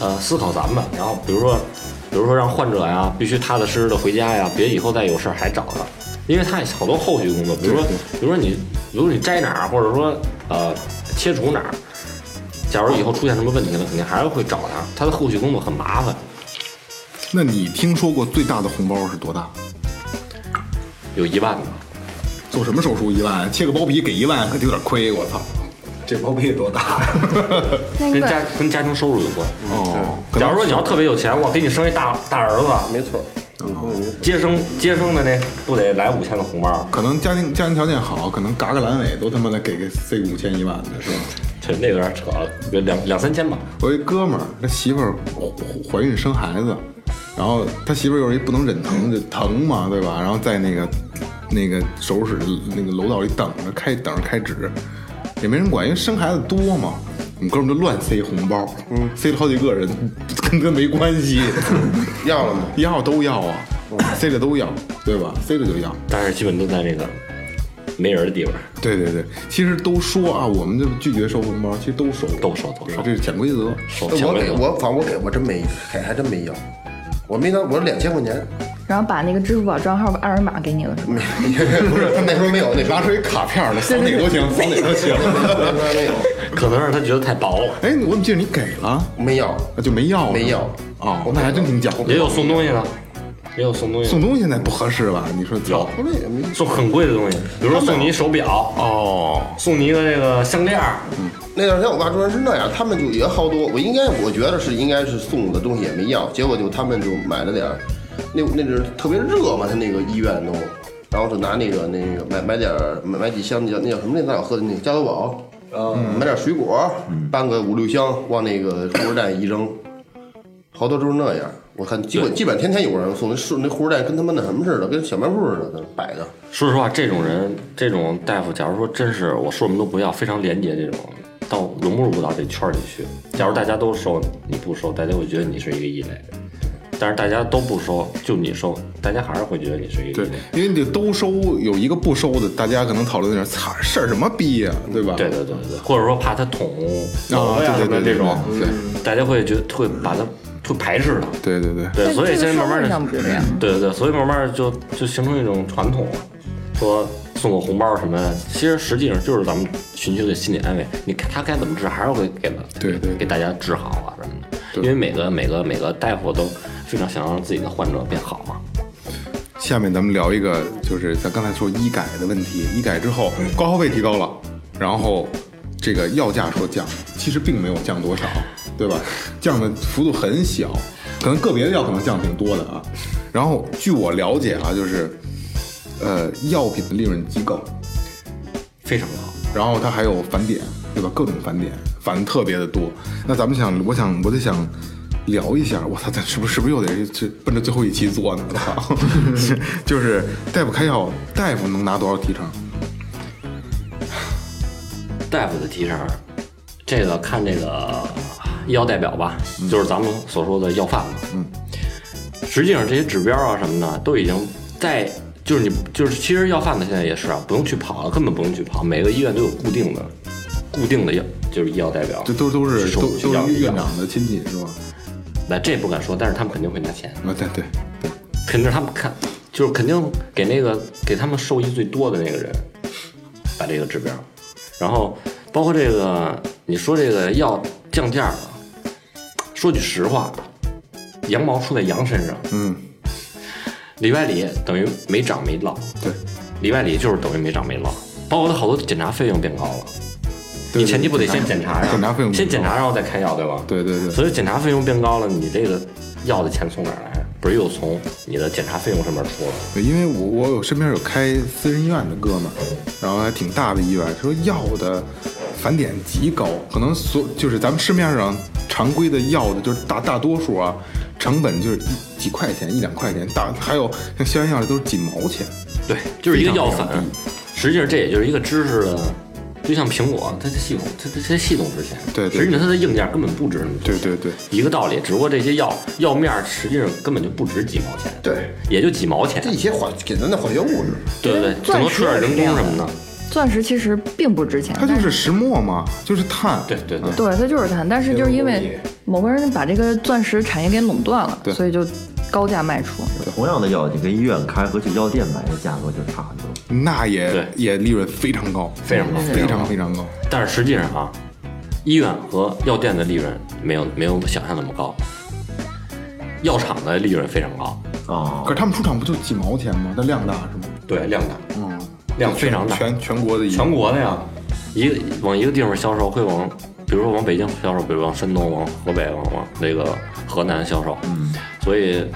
呃思考咱们，然后比如说比如说让患者呀必须踏踏实实的回家呀，别以后再有事儿还找他。因为他有好多后续工作，比如说，比如说你，比如说你摘哪儿，或者说呃切除哪儿，假如以后出现什么问题了，肯定还是会找他，他的后续工作很麻烦。那你听说过最大的红包是多大？有一万的，做什么手术一万？切个包皮给一万， 可有点亏，我操！这包皮多大呀？那跟应家该跟家庭收入有关。哦，可能嗯假如说你要特别有钱，我给你生一大大儿子，嗯没错，接生接生的那不得来五千个红包？可能家庭家庭条件好，可能嘎个阑尾都他妈的给个塞五千一万的是吧？这那有点扯了，两两三千吧。我一哥们儿，他媳妇儿怀孕生孩子，然后他媳妇儿又是一不能忍疼，就疼嘛，对吧？然后在那个那个手术室那个楼道里等着开等着开指，也没人管，因为生孩子多嘛。我们哥们儿就乱塞红包，嗯，塞了好几个人，跟他没关 系，要了吗？要都要啊，塞着都要，对吧？塞着就要。但是基本都在那个没人的地方。对对对，其实都说啊，我们就拒绝收红包，其实都收，都收都收这是潜规则。手那抢呃我了给有我反正我给我真没给，还真没要，我没拿，我两千块钱， 然后把那个支付宝账号二维码给你了是吗？没不是那时候没有，那 时候拿出一卡片来，扫哪个都 行，扫哪个都行。那时候没有，可能是他觉得太薄了，哎，我怎么记得你给了？没要，啊就没要了没要哦，那还真挺讲究。也有送东西的，也有送东西的送东西现在不合适吧？你说有后来也没送很贵的东西，比如说送你一手表，哦，送你一个这个项链儿，那段时间我爸住院是那样，他们就也好多，我应该我觉得是应该是送的东西也没要，结果就他们就买了点儿，那那阵儿特别热嘛，他那个医院都，然后就拿那个那个买买点儿买买几箱那叫那叫什么那咱俩喝的那个加多宝，嗯买点水果，搬个五六箱往那个护士站一扔，好多都是那样。我看基本基本天天有人送，那是那护士站跟他妈那什么似的，跟小卖部似的在那摆着。说实话，这种人，这种大夫，假如说真是我说什么都不要，非常廉洁这种，到融入不到这圈儿里去。假如大家都收，你不收，大家会觉得你是一个异类；但是大家都不收，就你收，大家还是会觉得你是一个异对类。，因为你都收，有一个不收的，大家可能讨论点，操，事儿什么逼呀，对吧？对对对对，或者说怕他捅啊，我呀对什么对对，这种，对对大家会觉得会把他会排斥他。对对对。对，但所这以现个在慢慢社会上的不是这样，对对对，所以慢慢地就就形成一种传统了，说送个红包什么的，其实实际上就是咱们寻求的心理安慰。你看他该怎么治，还是会给了，对对对给大家治好啊什么的。因为每个每个每个大夫都非常想让自己的患者变好嘛。下面咱们聊一个，就是咱刚才说医改的问题。医改之后，挂号费提高了，然后这个药价说降，其实并没有降多少，对吧？降的幅度很小，可能个别的药可能降挺多的啊。然后据我了解啊，就是呃，药品的利润极高，非常好，然后它还有返点，对吧？各种返点，返的特别的多。那咱们想，我想，我就想聊一下，我操，咱是不是是不是又得这奔着最后一期做呢？我 操，就是大夫开药，大夫能拿多少提成？大夫的提成，这个看这个药代表吧，嗯就是咱们所说的药贩子。嗯，实际上这些指标啊什么的都已经在，就是你就是其实药贩子现在也是啊，不用去跑，根本不用去跑，每个医院都有固定的固定的药，就是医药代表。这都都是手都术都药是一样院长的亲戚是吧？那这不敢说，但是他们肯定会拿钱，啊，对对，肯定是他们看就是肯定给那个给他们受益最多的那个人把这个指标，然后包括这个你说这个药降价了，说句实话，羊毛出在羊身上，嗯，里外里等于没涨没落，对，里外里就是等于没涨没落，包括他好多检查费用变高了，对你前期不得先检查呀，检查费用先变检高查然后再开药对吧？对对对，所以检查费用变高了，你这个药的钱从哪儿来？不是又从你的检查费用上面出了？对，因为我我有身边有开私人医院的哥们儿，然后还挺大的医院，说药的返点极高，可能所就是咱们市面上常规的药的，就是大大多数啊，成本就是一几块钱一两块钱，大还有像消炎药的都是几毛钱，对，就是一个非常药非常粉低。实际上这也就是一个知识的就像苹果，它的系统，它它它系统值钱，对对实际上它的硬件根本不值那么多对钱对对，一个道理，只不过这些药药面儿实际上根本就不值几毛钱，对，也就几毛钱这，一些还简单的还原物质，对对对，钻顶多石吃点也是人这样工什么的，钻石其实并不值钱，它就但是石墨嘛，就是碳。对对对。对，它就是碳，但是就是因为某个人把这个钻石产业链垄断了，对所以就高价卖出。同样的药，你跟医院开和去药店买的价格就差很多。嗯那也对也利润非常高，非常高非常非常高。但是实际上啊，医院和药店的利润没有没有想象那么高，药厂的利润非常高，哦可，是他们出厂不就几毛钱吗？但量大是吗？对量大，嗯，量非常大，全全国的一全国的呀，一个往一个地方销售会往，比如说往北京销售，比如往山东、往河北、往往那个河南销售，嗯，所以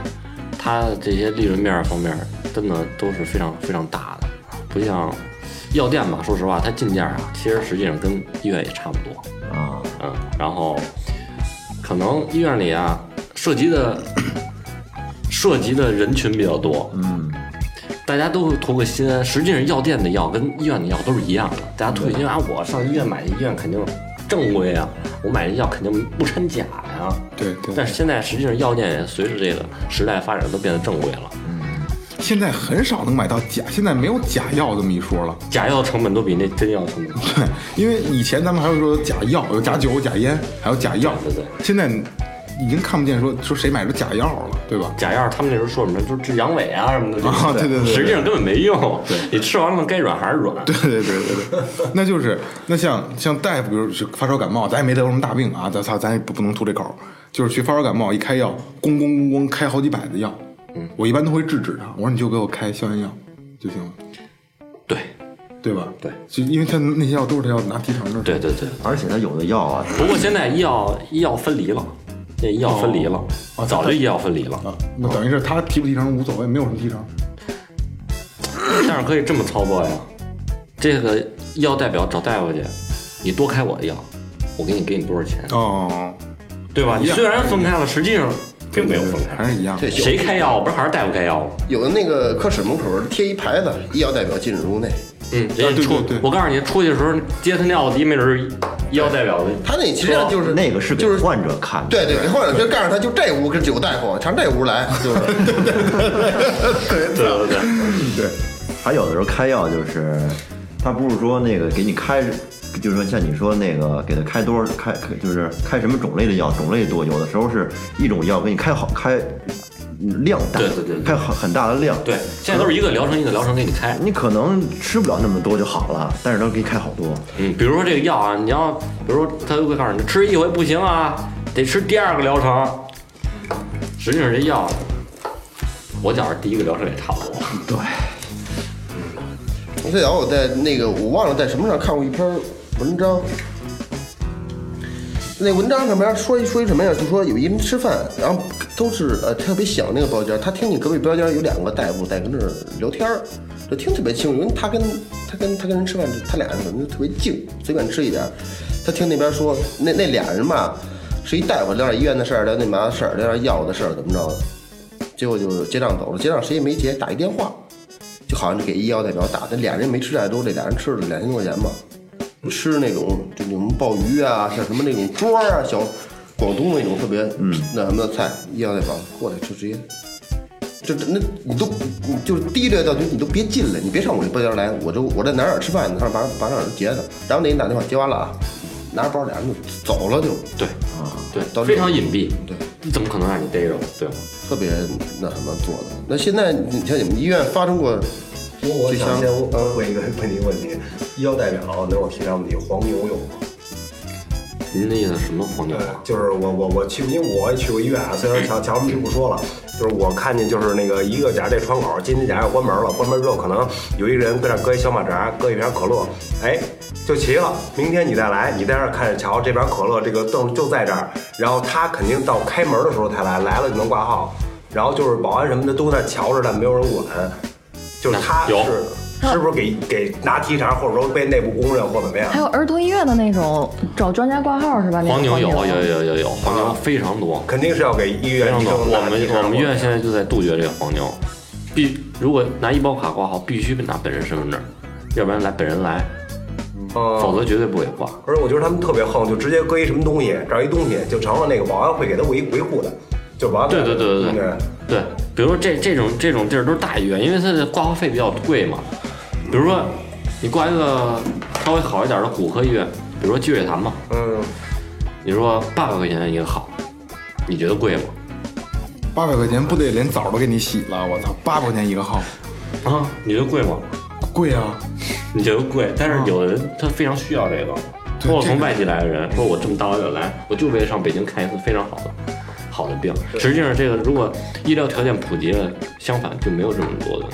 它这些利润面儿方面儿真的都是非常非常大的，不像药店吧，说实话，它进价啊，其实实际上跟医院也差不多，啊，嗯，然后可能医院里啊涉及的 涉及的人群比较多，嗯，大家都会图个心安。实际上，药店的药跟医院的药都是一样的，大家图个心安。啊我上医院买医院肯定正规啊，我买这药肯定不掺假呀、对对。但是现在实际上，药店也随着这个时代发展都变得正规了，嗯现在很少能买到假，现在没有假药这么一说了。假药成本都比那真药成本高。对，因为以前咱们还会说假药，有假酒、假烟，还有假药。对对对现在已经看不见说说谁买着假药了，对吧？ 假药他们那时候说什么就是治阳痿啊什么的这啊种，对对对实际上根本没用。你吃完了该软还是软。对对对对对，那就是那像像大夫，比如是发烧感冒，咱也没得过什么大病啊，咱操咱也不不能吐这口儿，就是去发烧感冒一开药，咣咣咣咣开好几百的药，嗯，我一般都会制止他，我说你就给我开消炎药就行了，对对吧？对，就因为他那些药都是他要拿提成的，对对对。而且它有的药啊，不过现在医药医药分离了，那医药分离了，哦早就医药分离了。啊，那等于是他提不提成无所谓，没有什么提成，但是可以这么操作呀，这个药代表找大夫去，你多开我的药，我给你给你多少钱，哦，对吧？一你样虽然分开了，实际上并没有分还开。是一样，对，谁开药？不是还是大夫开药吗？有的那个科室门口贴一牌子，医药代表禁止入内。嗯，人家对出，对对我告诉你，出去的时候接他尿的，没准是医药代表的。他那其实上就是那个是给就是患者看的。对对，给患者就告诉他，就这屋跟有大夫，上这屋来，就是。对对对，还有的时候开药就是，他不是说那个给你开，就是说像你说那个给他开多少开，就是开什么种类的药，种类多，有的时候是一种药给你开好开量大，对对对对开很很大的量， 对，现在都是一个疗程一个疗程给你开。你可能吃不了那么多就好了，但是能给你开好多，嗯，比如说这个药啊，你要，比如说他就会告诉你，吃一回不行啊，得吃第二个疗程。实际上这药，我觉着第一个疗程也差不多。对，你最早我在那个我忘了在什么上看过一篇文章，那文章上面说一说一什么呀？就说有一人吃饭，然后都是呃特别小那个包间，他听见隔壁包间有两个大夫在跟那儿聊天儿，就听特别清楚，因为他跟他跟他跟人吃饭，他俩人可能就特别静，随便吃一点儿。他听那边说那那俩人嘛，是一大夫聊点医院的事儿，聊那嘛的事儿，聊点药的事儿，怎么着的。结果就是结账走了，结账谁也没结，打一电话，就好像是给医药代表打，这俩人也没吃太多，这俩人吃了两千多块钱吧，吃那种就那种鲍鱼啊，像什么那种桌儿啊，小广东那种特别那什么的菜，医药代表过来就直接。就那，你都你就是低着到底，你都别进来，你别上我这包间来，我就我在哪儿哪儿吃饭呢，上把把哪儿结的，然后那人打电话接完了啊，拿着包俩人就走了就，对，到对，这非种常隐蔽。对，怎么可能让啊你逮着我？对吧？特别那什么做的。那现在你像你们医院发生过我我就想像先呃问一个问题问题， 医药代表能我提两个问题，黄牛有吗？您那意思什么黄牛对啊？，就是我我我去，因为我也去过医院啊，虽然嗯乔乔们就不说了，就是我看见就是那个一个假如这窗口，今天假如关门了，关门之后可能有一人搁这儿搁一小马扎，搁一瓶可乐，哎，就齐了。明天你再来，你在这儿看着瞧，这边可乐这个凳就在这儿，然后他肯定到开门的时候才来，来了就能挂号，然后就是保安什么的都在那瞧着，但没有人管，就是他有是。是不是给给拿提成，或者说被内部公认或怎么样还？有儿童医院的那种找专家挂号是吧？那种黄牛有黄有有有有黄牛非常多，肯啊定是要给医非院常医多。生我拿们提成我们医或院者现在就在杜绝这个黄牛，必如果拿医保卡挂号，必须拿本人身份证，要不然来本人来。哦否则绝对不给挂。而且我觉得他们特别横，就直接搁一什么东西，这儿一东西就成了那个保安会给他维维护的，就保安对对对对对对对，比如说这这种这种地儿都是大医院，因为它的挂号费比较贵嘛。比如说你挂一个稍微好一点的骨科医院，比如说积水潭嘛，嗯，你说八百块钱一个好，你觉得贵吗？八百块钱不得连澡都给你洗了？我操，八百块钱一个号，啊，你觉得贵吗？贵啊！你觉得贵，但啊是有的人他非常需要这个。对包括这从个外地来的人说，我这么大老远来，我就为了上北京看一次非常好的好的病。实际上，这个如果医疗条件普及了，相反就没有这么多的。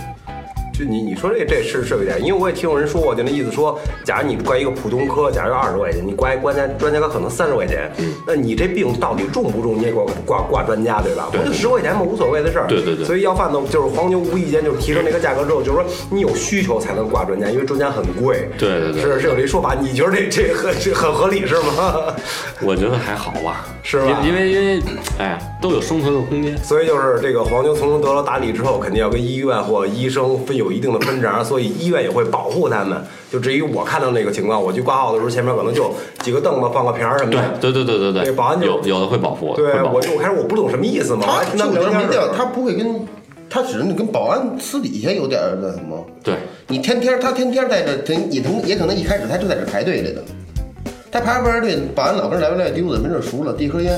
就你你说这这是是有点，因为我也听有人说过，就那意思说，假如你挂一个普通科，假如二十块钱，你挂一专家专家科可能三十块钱，嗯那你这病到底重不重，你也给我挂挂专家对吧？对我就十块钱嘛，无所谓的事儿。对对对所以要饭的，就是黄牛无意间就是提升这个价格之后，就是说你有需求才能挂专家，因为专家很贵。对对对是是有这说法，你觉得这这很这很合理是吗？我觉得还好吧， 是吧因因为因为，哎呀，都有生存的空间。所以就是这个黄牛从中得了打理之后，肯定要跟医院或医生分有一定的分账，所以医院也会保护他们。就至于我看到那个情况，我去挂号的时候，前面可能就几个凳子放个瓶儿什么对的。对对对对对保安就有有的会保护我，对会，保护我就我开始我不懂什么意思嘛，我他还听他们就聊是天没掉，啊儿他不会跟，他只是跟保安私底下有点儿那什么。对你天天他天天在这，他也能也可能一开始他就在这排队来的，他排着排着队，保安老跟来回来丢的，没准熟了，递根烟，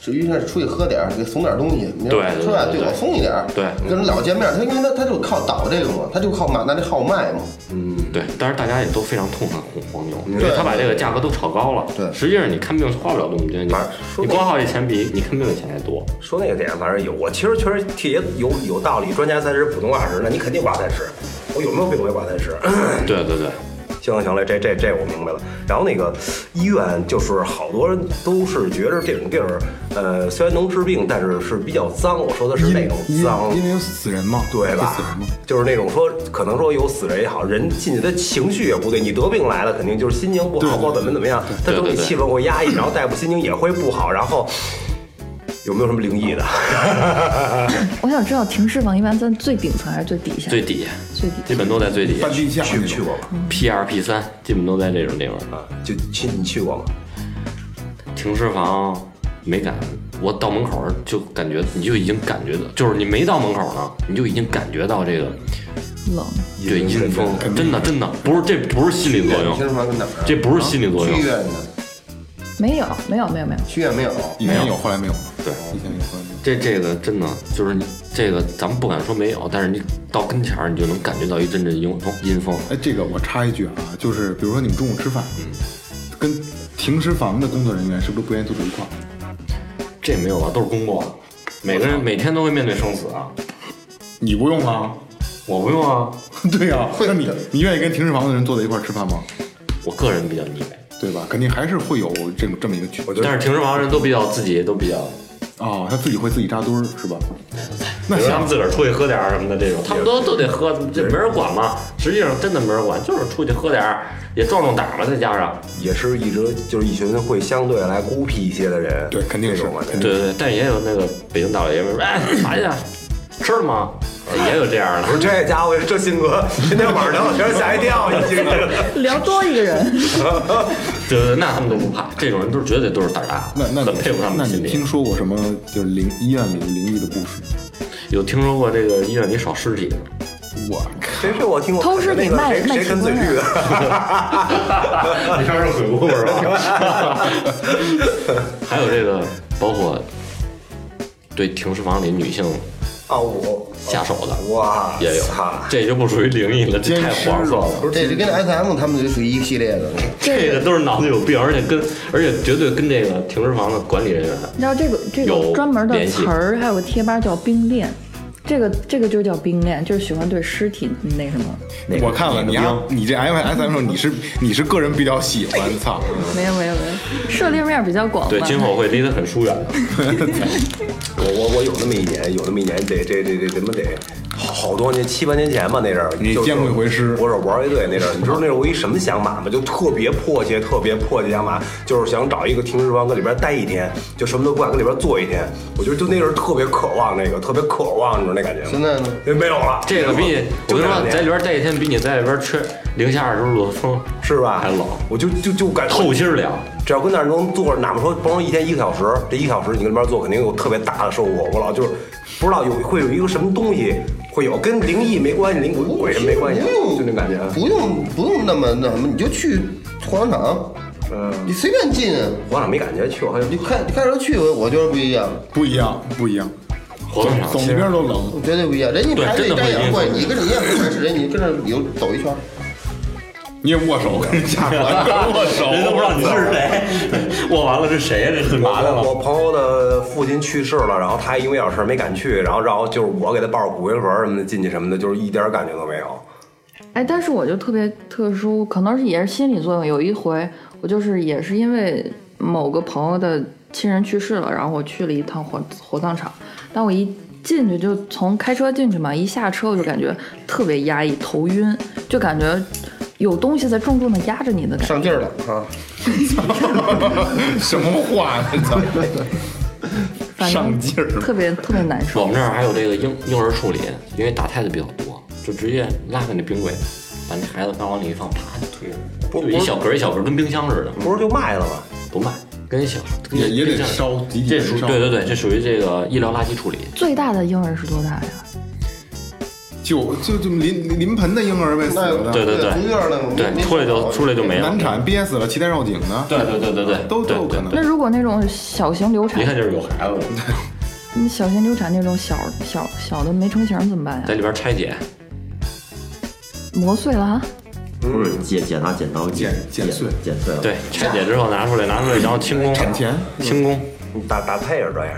是于是出去喝点儿，给送点儿东西，你说对对是吧？对对我送一点儿，对跟人老见面，他因为他他就靠倒这个嘛，他就靠买拿这号卖嘛，对，但是大家也都非常痛恨黄黄牛，因为对他把这个价格都炒高了。对实际上你看病花不了多少钱，你反正说你那挂号这钱比你看病的钱还多。说那个点，反正有我其实确实替也有有道理，专家三十，普通二十，那你肯定挂三十。我有没有病我也挂三十。对对对。行了行了，这这这我明白了。然后那个医院就是好多人都是觉着这种地儿，呃，虽然能治病，但是是比较脏。我说的是那种因脏，因为有死人嘛，对有吧死人嘛，？就是那种说，可能说有死人也好，人进去的情绪也不对。你得病来了，肯定就是心情不好，或者怎么怎么样，他对整对体对气氛会压抑，然后大夫心情也会不好。然后有没有什么灵异的？我想知道停尸房一般在最顶层还是最底下？最底下，最底下基本都在最底下半地下去那种不嗯去过吧？ ，P 二 P 三基本都在这种地方。啊，就去你去过吗？停尸房没敢，我到门口就感觉，你就已经感觉到，就是你没到门口呢，你就已经感觉到这个冷，对阴风，真的真的不是这不是心理作你听用，什么跟哪儿啊？这不是心理作去用医，院呢？没有没有没有没有，去医院没有。以前有，后来没有了。对，以前有，后来没有。这这个真的就是你这个咱们不敢说没有，但是你到跟前儿你就能感觉到一阵阵阴风阴风，哎，这个我插一句啊，就是比如说你们中午吃饭，跟停尸房的工作人员是不是不愿意坐在一块儿？这没有啊，都是公共啊，每个人每天都会面对生死啊，你不用啊？ 我不用啊，对呀、那你你愿意跟停尸房的人坐在一块儿吃饭吗？我个人比较腻歪。对吧？肯定还是会有这么这么一个群。我但是停尸房人都比较自己都比较，哦，他自己会自己扎堆儿是吧？那比如他行，们自个儿出去喝点儿什么的这种，他们都都得喝，这没人管嘛。实际上真的没人管，就是出去喝点儿，也壮壮胆嘛，再加上，也是一直就是一群会相对来孤僻一些的人。对肯定是这种啊肯对对对，但也有那个北京大老爷们儿，哎，啥呀，吃了吗？也有这样 的不。是这家伙，这新哥今天晚上聊天吓一跳，你 这个聊多一个 人，对对，对那他们都不怕，这种人都是绝对都是胆儿大的，那那很佩服他们那的你心听理。说过什么就是灵医院里的灵异的故事？有听说过这个医院里少尸体的吗？我谁是我听过偷师那给个卖谁卖谁直跟播嘴呀绿的？你这是鬼故事吧？还有这个，包括对停尸房里女性 啊，我下手的，哇也有操，这就不属于灵异了，这太黄色了。这是跟 S M 他们就属于一个系列的，这个都是脑子有病，而且跟而且绝对跟这个停尸房的管理人员，你知道这个这有个专门的联系词儿，还有个贴吧叫冰恋。这个这个就叫冰恋，就是喜欢对尸体那什么，我看了你啊，你这 M S M 你是 你是个人比较喜哎欢，操！没有没有没有，涉猎面比较广吧。对，今后会离得很疏远的。我我我有那么一年，有那么一年，得这这这怎么得好多年七八年前吧，那阵儿你就是见过一回尸我是玩乐队那阵儿，你知道那时候我一什么想法吗？就特别迫切，特别迫切想法，就是想找一个停尸房跟里边待一天，就什么都不干，跟里边坐一天。我觉得就那阵儿特别渴望那个，特别渴望，你知道那感觉吗？现在呢？没有了，这个比 我就跟这你两说，年在里边待一天比你在里边吹零下二十度的风是吧？还冷，我就就就感觉透心儿凉。只要跟那儿能坐着，哪怕说甭说一天一个小时，这一个小时你跟那边坐，肯定有特别大的收获。我老就是不知道有会有一个什么东西会有，跟灵异没关系，灵鬼鬼没关系，啊不用就那感觉。不用不用那么那什么，你就去火葬场，嗯，你随便进，我哪没感觉去过，好像你开开车去，我觉得不一样，不一样，不一样，活动上走一边都冷。我绝对不一样。人家排队对真的瞻不一仰样观，你跟人家不认识人，你跟着你就走一圈，你也握手，跟人 下船，握 手，人都不知道你是谁， 我完了这谁呀？这是麻烦我了。朋友的父亲去世了，然后他因为点事儿没敢去，然后然后就是我给他抱着骨灰盒什么的进去什么的，就是一点感觉都没有。哎，但是我就特别特殊，可能是也是心理作用。有一回，我就是也是因为某个朋友的亲人去世了，然后我去了一趟火火葬场，但我一进去就从开车进去嘛，一下车我就感觉特别压抑，头晕，就感觉有东西在重重的压着你的感觉。上劲儿了啊！ 什么话呢？操反上正劲儿，特别特别难受。 我们这儿还有这个婴婴儿处理，因为打胎的比较多，就直接拉开那冰柜，把那孩子刚往里一放，啪就推着，不就一不是小格儿一小格儿，跟冰箱似的，不是就卖了吗？不卖，跟一小跟也也冰得箱烧，集体这燃属烧，对对对，这属于这个医疗垃圾处理。最大的婴儿是多大呀？就就就临临盆的婴儿呗，死那了的对对对从院儿呢，我们对，出来就出来就没了难。产憋死了，脐带绕颈的，对对对对对，都都对有可。能对那如果那种小型流产一，看就是有孩子 的，你小型流产那种小小小的没成型怎么办呀在？里边拆解，磨碎了啊？不是剪剪拿剪刀剪剪碎剪碎了。对，拆解之后拿出来，拿出来然后清宫，产前清宫，打打胎也是这样，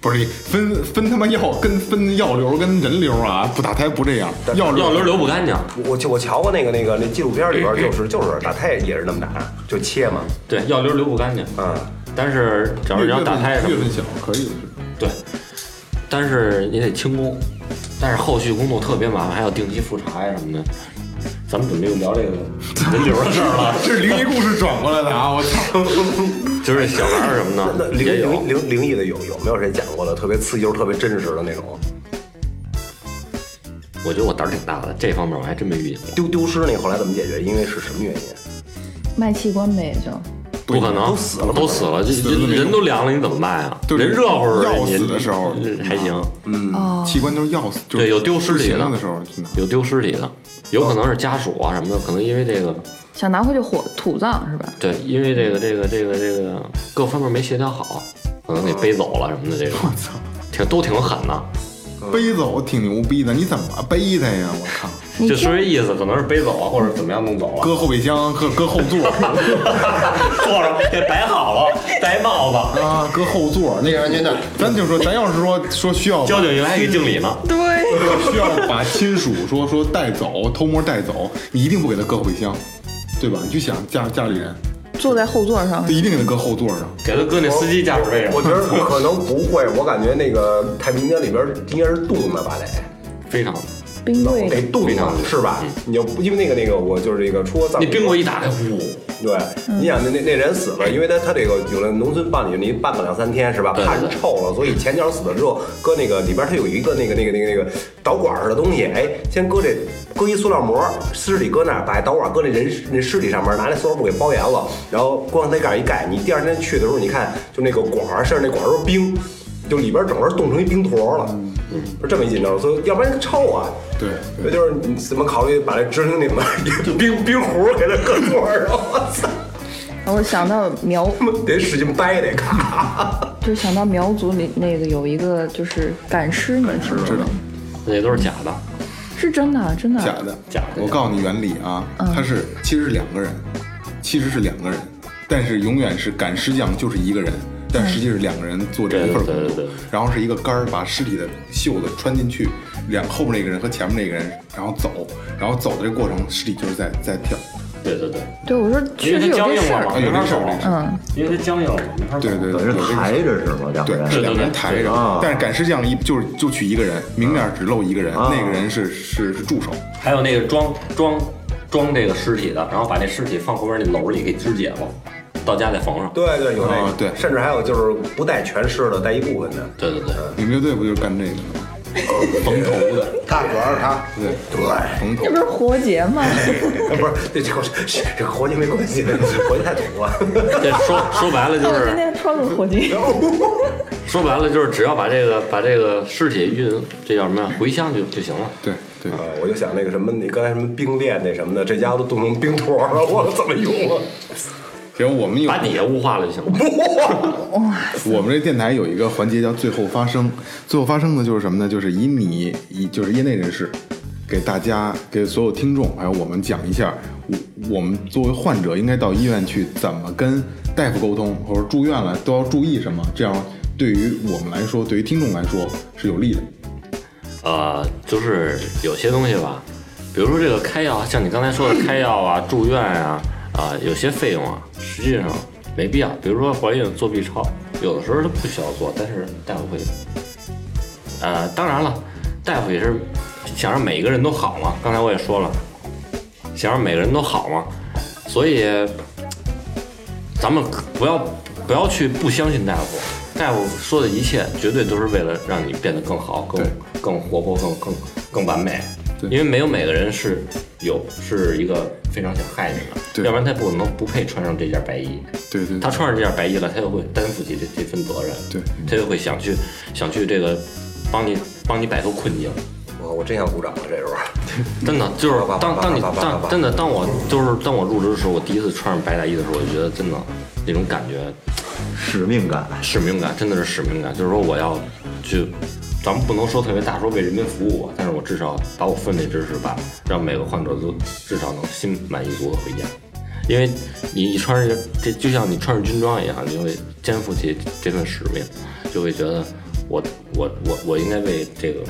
不是分分他妈药跟分药流跟人流啊，不打胎不这样，药药流流不干净。我我我瞧过那个那个那纪录片里边就是就是打胎也是那么打，就切嘛，对，药流流不干净。嗯，但是只要月是你要打胎什月么份小可以对，但是也得清宫，但是后续工作特别麻烦，还要定期复查呀什么的。咱们准备聊这 个人流的事儿了，是，这是灵异故事转过来的啊，我操，就是小孩儿什么那的灵也有灵。灵灵异的有有没有谁讲过的特别刺激又特别真实的那种？我觉得我胆儿挺大的，这方面我还真没遇见过。丢丢失那个后来怎么解决？因为是什么原因？卖器官呗，也就。不可能，都死了，都死了，这了人没用人都凉了，你怎么办呀？对人热乎儿要死你的时候还行，哦，器官都是药死，就是对有丢失体不行的了的时候去拿有丢尸体的，有可能是家属啊什么的，可能因为这个，想拿回去火土葬是吧？对，因为这个这个这个这个各方面没协调好，可能给背走了什么的，这种我操，挺都挺狠的。背走挺牛逼的，你怎么背他呀？我靠，你就听说这意思，可能是背走啊，或者怎么样弄走了，搁后备箱，搁搁后 座坐上给摆好 了，戴一帽子，啊，搁后座那系个上安全带。咱就说，咱要是说说需要交警一来还给敬礼呢。对，需要把亲属说说带走，偷摸带走，你一定不给他搁后备箱，对吧？你就想家家里人，坐在后座上他，一定给他搁后座上。给他搁那司机驾驶位我上，觉得可能不会，我感觉那个太平间里边应该是冻的吧，得非常，冰得柜冻非的常嗯是吧？你要不因为那个那个我就是这个出过藏那冰柜一打开，呜，对，你想那那那人死了，因为他他这个有了农村办理，你办个两三天是吧？对怕人臭了，所以前脚死了之后，搁那个里边它有一个那个那个那个那个导管似的东西，哎，先搁这搁一塑料膜，尸体搁那儿，把导管搁那人那尸体上面，拿那塑料布给包严了，然后光那盖一盖，你第二天去的时候，你看就那个管儿，甚至那管儿都是冰，就里边整个冻成一冰坨了，嗯，是这么一紧张，所以要不然臭啊。对那就是你怎么考虑把这直挺挺的冰冰壶给它搁桌儿上？我操！我想到苗，得使劲掰得咔。就想到苗族里那个有一个就是赶尸，你们听说知道过吗？那都是假的，是真的，啊真的。假的，假的我告诉你原理啊，他是其实是两个人，其实是两个人，但是永远是赶尸匠就是一个人，但实际是两个人做这一份对对工对对作对，然后是一个杆儿把尸体的袖子穿进去，两后面那个人和前面那个人，然后走，然后走的这过程，尸体就是在在跳。对对对，对，我说确实有这事因为它僵硬了啊，嘛儿，有这事儿，有这事儿嗯，因为它僵硬了，没法对对等对，于有这是个事儿抬着是吗？两个对，人是两个人抬啊着，但是赶尸匠一就是就取一个人，明面只露一个人，啊那个人是是是助手，还有那个装装装这个尸体的，然后把那尸体放后边那篓里给肢解了，到家再缝上。对对，有那个啊，对甚至还有就是不带全尸的，带一部分的。对对对，你们乐队不就是干这个的吗？缝头的，他主要是他，对，对，缝头这不是活结吗？哎不是，这这这和活计没关系，活计太土了。 这说说白了 就哦我今是天穿了活结，说白了就是只要把这个把这个尸体运这叫什么呀回乡就就行了。对对啊，我就想那个什么，你刚才什么冰链那什么的，这家伙都冻成冰坨了，我怎么用啊？然后我们有把底下雾化了就行了。我们这电台有一个环节叫“最后发声”，最后发声呢就是什么呢？就是以你以就是业内人士给大家给所有听众还有我们讲一下，我我们作为患者应该到医院去怎么跟大夫沟通，或者住院了都要注意什么，这样对于我们来说，对于听众来说是有利的。呃，就是有些东西吧，比如说这个开药，像你刚才说的开药啊、住院啊，啊、有些费用啊，实际上没必要。比如说怀孕做 B 超，有的时候它不需要做，但是大夫会，呃，当然了，大夫也是想让每一个人都好嘛。刚才我也说了，想让每个人都好嘛，所以咱们可不要不要去不相信大夫，大夫说的一切绝对都是为了让你变得更好、更对更活泼、更更更完美。对因为没有每个人是有是一个非常想害你的，对要不然他不可能不配穿上这件白衣。对对他对穿上这件白衣了，他就会担负起这这份责任，对，他就会想去想去这个帮你帮你摆脱困境。我我真想鼓掌了，这时候。真的就是爸爸爸当爸当你爸爸爸当爸真的当我就是当我入职的时候，我第一次穿上白大衣的时候，我就觉得真的那种感觉使命感，使命感真的是使命感，就是说我要去，咱们不能说特别大，说为人民服务吧，但是我至少把我分内之事吧，让每个患者都至少能心满意足的回家。因为你一穿上这，就像你穿上军装一样，你就会肩负起这份使命，就会觉得我我我我应该为这个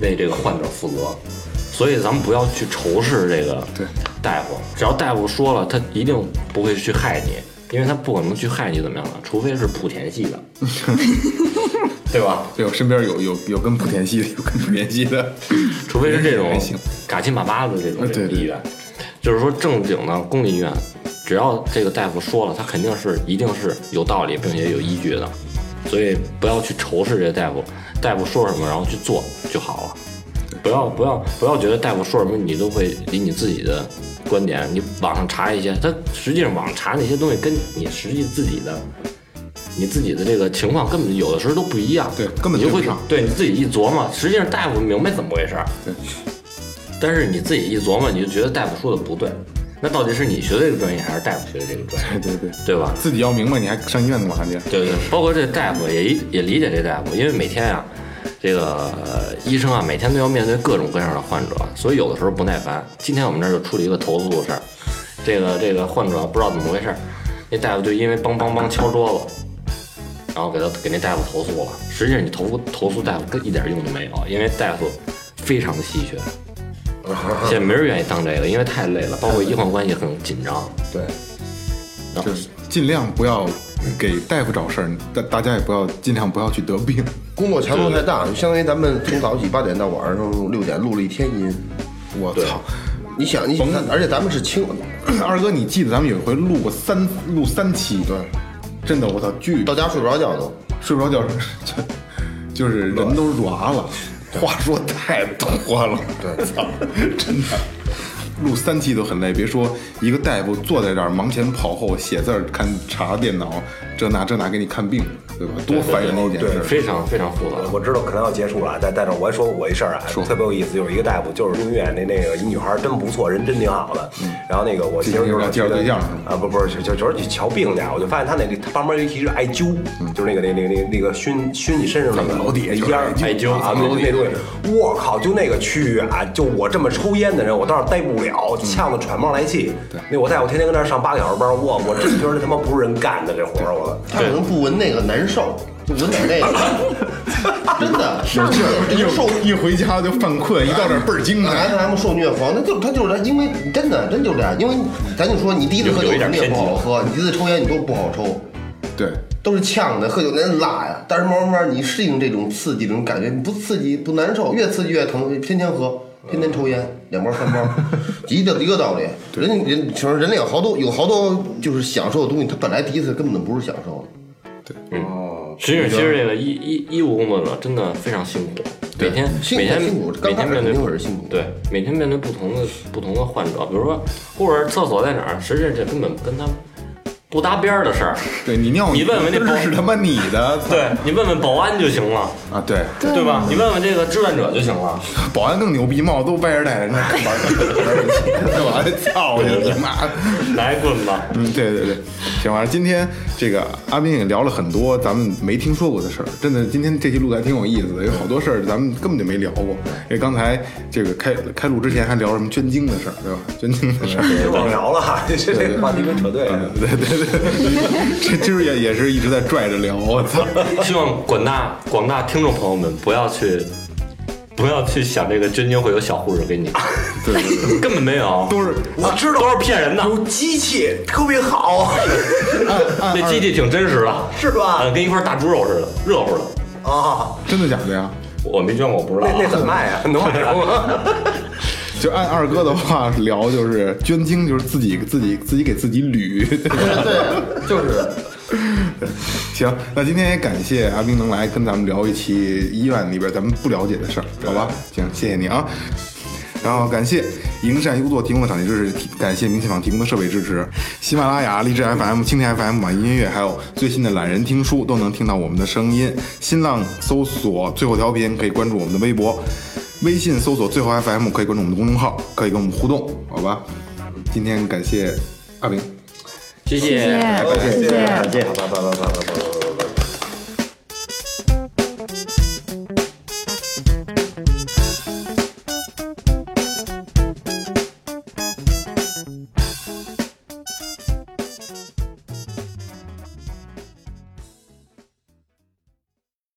为这个患者负责。所以咱们不要去仇视这个对大夫，只要大夫说了，他一定不会去害你，因为他不可能去害你怎么样的，除非是莆田系的，对吧？对我身边有有有跟莆田系的，有跟莆田系的，除非是这种还行嘎七马八的这种呃这对种医院，就是说正经的公立医院，只要这个大夫说了，他肯定是一定是有道理并且有依据的，所以不要去仇视这个大夫，大夫说什么然后去做就好了。不要不要不要觉得大夫说什么你都会以你自己的观点，你网上查一些，他实际上网上查那些东西跟你实际自己的你自己的这个情况根本有的时候都不一样，对根本你就会对不上对你自己一琢磨，实际上大夫明白怎么回事儿，对，但是你自己一琢磨，你就觉得大夫说的不对，那到底是你学的这个专业，还是大夫学的这个专 业，对对对，对吧？自己要明白，你还上医院干嘛去？对对，包括这大夫也也理解这大夫，因为每天呀、这个、呃医生啊，每天都要面对各种各样的患者，所以有的时候不耐烦。今天我们这儿就处理一个投诉的事儿，这个这个患者不知道怎么回事儿，那大夫就因为梆梆梆敲桌子，然后给他给那大夫投诉了。实际上你投投诉大夫跟一点用都没有，因为大夫非常的稀缺，现在没人愿意当这个，因为太累了，包括医患关系很紧张。对，然后就是尽量不要给大夫找事儿，大大家也不要尽量不要去得病。工作强度太大，就相当于咱们从早起八点到晚上六点录了一天音。我操！ 你想，你想，而且咱们是清，二哥，你记得咱们有一回录过三录三期，对，真的我操，巨到家睡不着觉都。睡不着觉，就就是人都软了，话说太多了，对，操，真的。录三期都很累，别说一个大夫坐在这儿忙前跑后写字儿、看查电脑，这那这那给你看病，对吧？多烦人的一件事儿。非常非常复杂。我知道可能要结束了，但但是我还说过我一事儿啊，特别有意思，就是一个大夫，就是入院那那个一女孩儿真不错，人真挺好的。嗯然后那个我其实就是介绍对象啊，不不是，就就是去瞧病去啊，我就发现他那他旁边有一提是艾灸，就是那个那那那那个熏熏你身上那个嗯楼底下就是烟艾灸啊，那那东西，我靠，就那个区域啊，就我这么抽烟的人，我到那儿待不了，了，嗯呛得喘不上来气。那我大夫天天跟那儿上八个小时班，我我真觉得他妈不是人干的这活儿，我。他可能不闻那个难受，就闻点那个，真的有劲儿，就受一回家就犯困，一到这儿倍儿精那神。 S M 受虐狂，那就他就是因为真的真就这样，因为咱就说你第一次喝酒有有一点肯定偏不激好喝，你第一次抽烟你都不好抽，对，都是呛的，喝酒那辣呀。但是慢慢慢慢你适应这种刺激这种感觉，你不刺激不难受，越刺激越疼，天天喝。天天抽烟，两包三包，一个一个道理。人人其实人类有好多有好多就是享受的东西，他本来第一次根本就不是享受的。实际上，其实这个医医医务工作者真的非常辛苦，每天辛苦每天辛苦刚每开天始面肯对定会是辛苦对，每天面对不同的不同的患者，比如说或者厕所在哪儿，实际上这根本跟他不搭边儿的事儿。对你尿你问问那根包儿是他妈你的，操对你问问保安就行了，啊！对，对吧？你问问这个志愿者就行了。保安更牛逼，帽子都歪着戴着， 那玩儿我还操你你妈！来一棍子，嗯，对对对，行，反正今天这个阿斌也聊了很多咱们没听说过的事儿，真的，今天这期录的还挺有意思的，有好多事儿咱们根本就没聊过。因为刚才这个开开录之前还聊什么捐精的事儿，对 吧？捐精的事儿，别忘聊了，这这这话题跟扯对了。对对对， 这今儿也也是一直在拽着聊，我操！希望广大广大听众朋友们不要去不要去想这个捐精会有小护士给你，对对对，根本没有，都是我知道都是骗人的，有机器特别好， 那机器挺真实的，是吧呃跟一块大猪肉似的，热乎的。啊，真的假的呀？我没捐过，我不知道那啊。那怎么卖啊？能卖吗？就按二哥的话聊，就是捐精就是自己自己自己给自己捋， 对，就是行，那今天也感谢阿斌能来跟咱们聊一期医院里边咱们不了解的事儿，好吧？行，谢谢你啊。然后感谢营善优作提供的场地支持，感谢明信坊提供的设备支持，喜马拉雅、荔枝 FM、蜻蜓 FM、网易音乐，还有最新的懒人听书都能听到我们的声音。新浪搜索最后调频，可以关注我们的微博；微信搜索最后 FM，可以关注我们的公众号，可以跟我们互动，好吧？今天感谢阿斌。谢谢谢谢，谢谢。感谢 哎感谢好吧，拜拜拜拜拜拜。